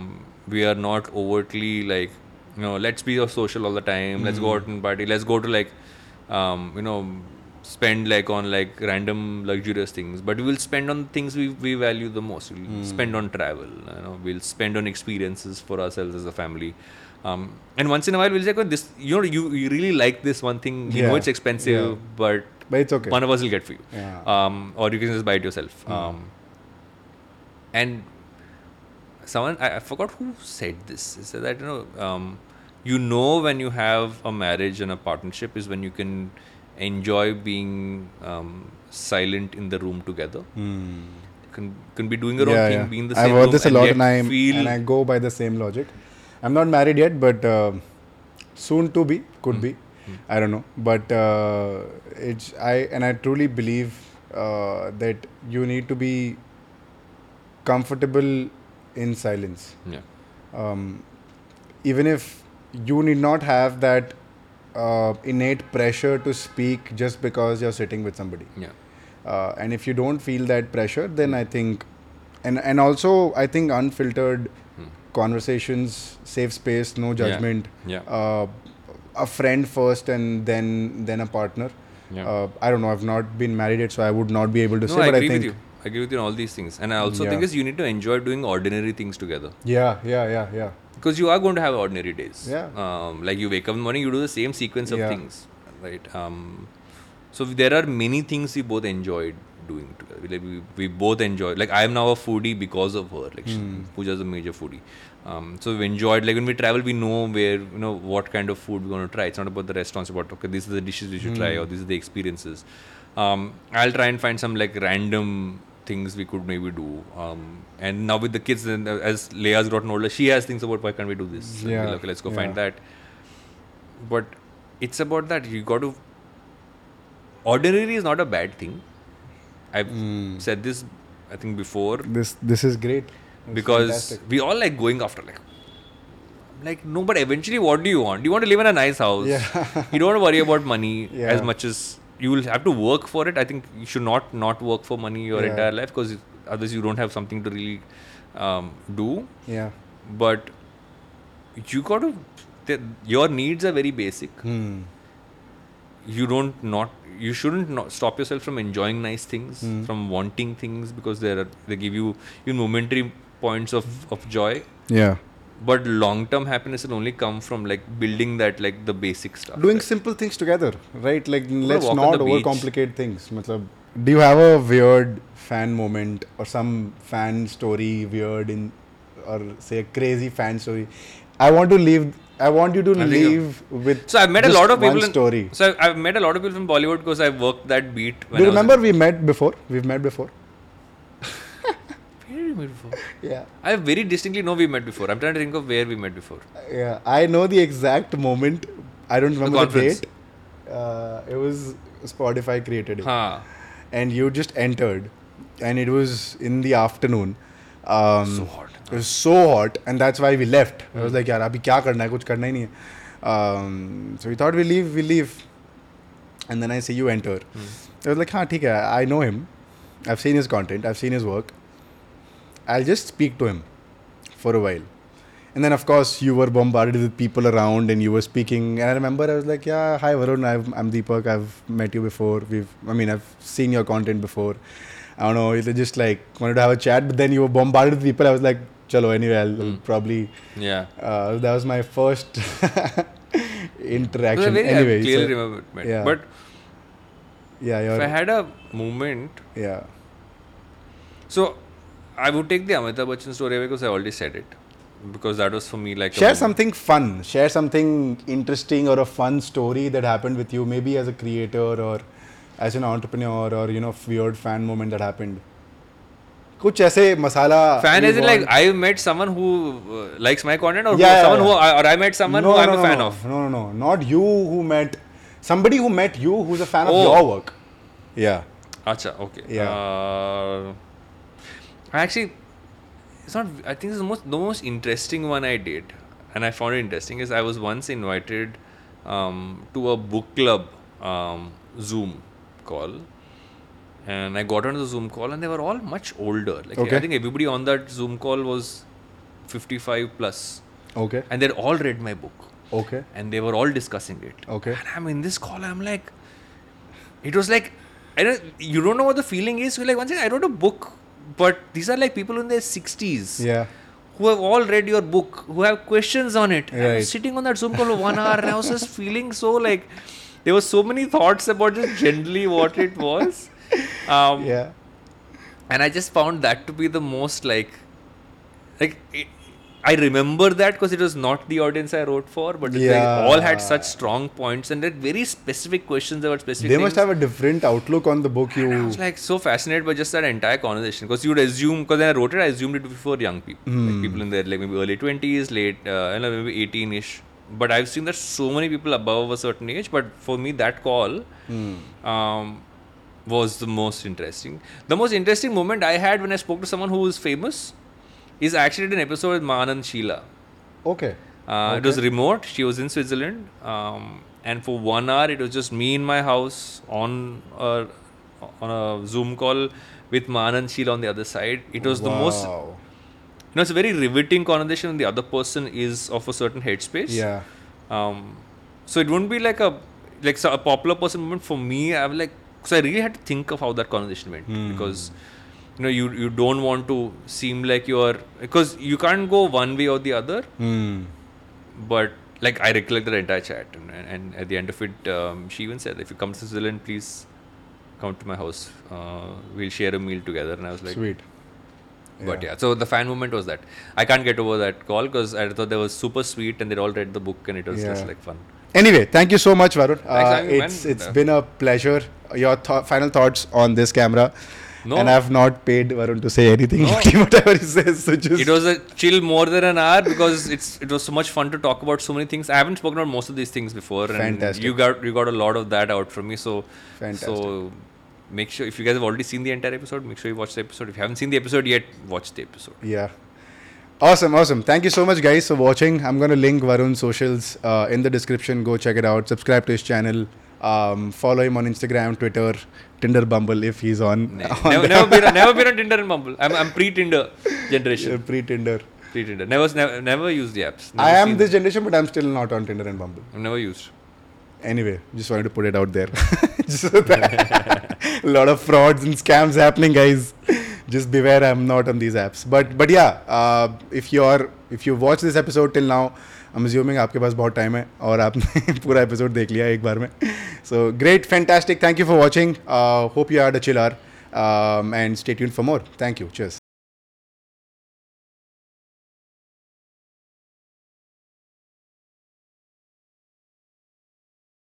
we are not overtly like you know let's be of social all the time let's go out and party let's go to like um, you know spend like on like random luxurious things but we'll spend on things we, we value the most we'll Hmm. spend on travel you know we'll spend on experiences for ourselves as a family um, and once in a while we'll say oh, this you know you, you really like this one thing you know Yeah. it's expensive but But it's okay. one of us will get for you Yeah. um, or you can just buy it yourself Hmm. um, and someone I, I forgot who said this They said that you know um, you know when you have a marriage and a partnership is when you can enjoy being um, silent in the room together can can be doing your own thing being the same Hmm. I've heard room this a and lot, yet and I feel and I go by the same logic. I'm not married yet, but um soon to be, could be. Hmm. I don't know, but uh, it's I and I truly believe uh, that you need to be comfortable in silence yeah um, even if you need not have that uh, innate pressure to speak just because you're sitting with somebody. yeah Uh, and if you don't feel that pressure, then I think, and and also I think unfiltered conversations, safe space, no judgment. Hmm. Yeah. Uh, a friend first, and then then a partner. Yeah. Uh, I don't know. I've not been married yet, so I would not be able to no say. I but agree I think. with you I agree with you on all these things and I also Yeah. think is you need to enjoy doing ordinary things together Yeah, yeah, yeah, yeah. because you are going to have ordinary days. Yeah. Um, like you wake up in the morning, you do the same sequence of Yeah. things, right? Um, so there are many things we both enjoyed doing together. Like we, we both enjoyed. Like I am now a foodie because of her. Like she Pooja is a major foodie. Um, so we enjoyed. Like when we travel, we know where you know what kind of food we're going to try. It's not about the restaurants. About okay, these are the dishes we should try, or these are the experiences. Um, I'll try and find some like random things we could maybe do. Um, and now with the kids, then uh, as Leia's gotten older, she has things about why can't we do this? And we're Yeah, like, okay, let's go yeah. find that. But it's about that you got to. Ordinary is not a bad thing. I've Hmm. said this, I think before This this is great. It's because fantastic. we all like going after like like no but eventually what do you want you want to live in a nice house Yeah. you don't want to worry about money Yeah. as much as you will have to work for it i think you should not not work for money your Yeah. entire life because others you don't have something to really um, do Yeah. but you got to th- your needs are very basic Hmm. you don't not you shouldn't not stop yourself from enjoying nice things Hmm. from wanting things because there are they give you you know, momentary points of of joy Yeah. but long term happiness will only come from like building that like the basic stuff doing simple things together right like let's walk on not the beach. overcomplicate things matlab do you have a weird fan moment or some fan story weird in or say a crazy fan story i want to leave i want you to think leave with so i've met a just lot of people one in, story so I've- i've met a lot of people from bollywood because i worked that beat when do you I was remember we met before we've met before in- Where did we meet before? yeah i very distinctly know we met before i'm trying to think of where we met before yeah i know the exact moment i don't remember the, conference. date uh, it was spotify created it huh. and you just entered and it was in the afternoon um, So hot. it was so hot and that's why we left i was like yaar abhi kya karna hai kuch karna hi nahi hai um, so we thought we leave we leave and then i see you enter Hmm. i was like ha theek hai i know him i've seen his content i've seen his work i'll just speak to him for a while and then of course you were bombarded with people around and you were speaking and i remember i was like yeah hi varun I've, i'm deepak i've met you before we've i mean i've seen your content before i don't know it was just like wanted to have a chat but then you were bombarded with people i was like chalo anyway i'll Hmm. I'll probably yeah uh, that was my first Because I interaction very- I anyway clearly so- remember it. yeah. But Yeah, If I you're. had a moment, Yeah. so I would take the Amitabh Bachchan story away because I already said it. Because that was for me like a Share moment. something fun. Share something interesting or a fun story that happened with you, maybe as a creator or as an entrepreneur or you know weird fan moment that happened. कुछ ऐसे मसाला fan we as in want- like I met someone who uh, likes my content or who- Yeah, yeah, someone who yeah. I, or I met someone no, who no, I'm no, a fan no. of. No, no, no, not you who met somebody who met you who's a fan of Oh. your work. Yeah, Acha, okay. Yeah. Uh, I actually, it's not. I think it's the most the most interesting one I did, and I found it interesting is I was once invited um, to a book club um, Zoom call, and I got onto the Zoom call, and they were all much older. Like Okay. I think everybody on that Zoom call was fifty-five plus, okay, and they'd all read my book okay, and they were all discussing it. Okay. And I'm in this call, I'm like, it was like, I don't, you don't know what the feeling is. You're like, once again, I wrote a book, but these are like people in their 60s yeah, who have all read your book, who have questions on it. And I Right. was sitting on that Zoom call for one hour, and I was just feeling so like, there were so many thoughts about just generally what it was. Um, yeah, and i just found that to be the most like like it, i remember that because it was not the audience i wrote for but they Yeah. all had such strong points and they had very specific questions about specific they things must have a different outlook on the book. You and I was like so fascinated by just that entire conversation because you'd assume because I wrote it, I assumed it would be for young people, like people in their like maybe early twenties, late, uh, you know, maybe eighteen-ish. But I've seen that so many people above a certain age. But for me, that call um, was the most interesting. The most interesting moment I had when I spoke to someone who was famous is I actually did an episode with Manan Sheila. okay, Uh, It was remote. She was in Switzerland, um, and for one hour, it was just me in my house on a, on a Zoom call with Manan Sheila on the other side. It was the most, you Wow. know, it's a very riveting conversation. when The other person is of a certain headspace. yeah, Um, so it wouldn't be like a like so a popular person moment for me. I'm like, so I really had to think of how that conversation went Hmm. because you know you you don't want to seem like you're because you can't go one way or the other Hmm. but like I recollect that entire chat, and, and at the end of it, um, she even said, "If you come to Switzerland, please come to my house. Uh, we'll share a meal together." And I was like, sweet. "But yeah." So the fan moment was that. I can't get over that call because I thought they were super sweet and they all read the book and it was just Yeah. like fun. Anyway, thank you so much, Varun. Uh, having me, it's man. it's been a pleasure. Your th- final thoughts on this camera, No. and I've not paid Varun to say anything. No. whatever he says, so just It was a chill more than an hour because it's it was so much fun to talk about so many things. I haven't spoken about most of these things before, Fantastic. and you got you got a lot of that out from me. So so Fantastic. make sure if you guys have already seen the entire episode, make sure you watch the episode. If you haven't seen the episode yet, watch the episode. Yeah. Awesome, awesome. Thank you so much, guys, for watching. I'm going to link Varun's socials uh, in the description. Go check it out. Subscribe to his channel. Um, follow him on Instagram, Twitter, Tinder, Bumble if he's on, Ne- on Never, never been on, never been on Tinder and Bumble. I'm, I'm pre-Tinder generation. pre Tinder. Pre-Tinder. Never, never, never used the apps. Never I seen am this them. generation, but I'm still not on Tinder and Bumble. I've never used. Anyway, just wanted to put it out there. just so that a lot of frauds and scams happening, guys. Just beware, I'm not on these apps. But but yeah, uh, if you're if you watch this episode till now, I'm assuming आपके पास बहुत time है और आपने पूरा episode देख लिया है एक बार में. So great, fantastic. Thank you for watching. Uh, hope you had a chill hour. Um, and stay tuned for more. Thank you. Cheers.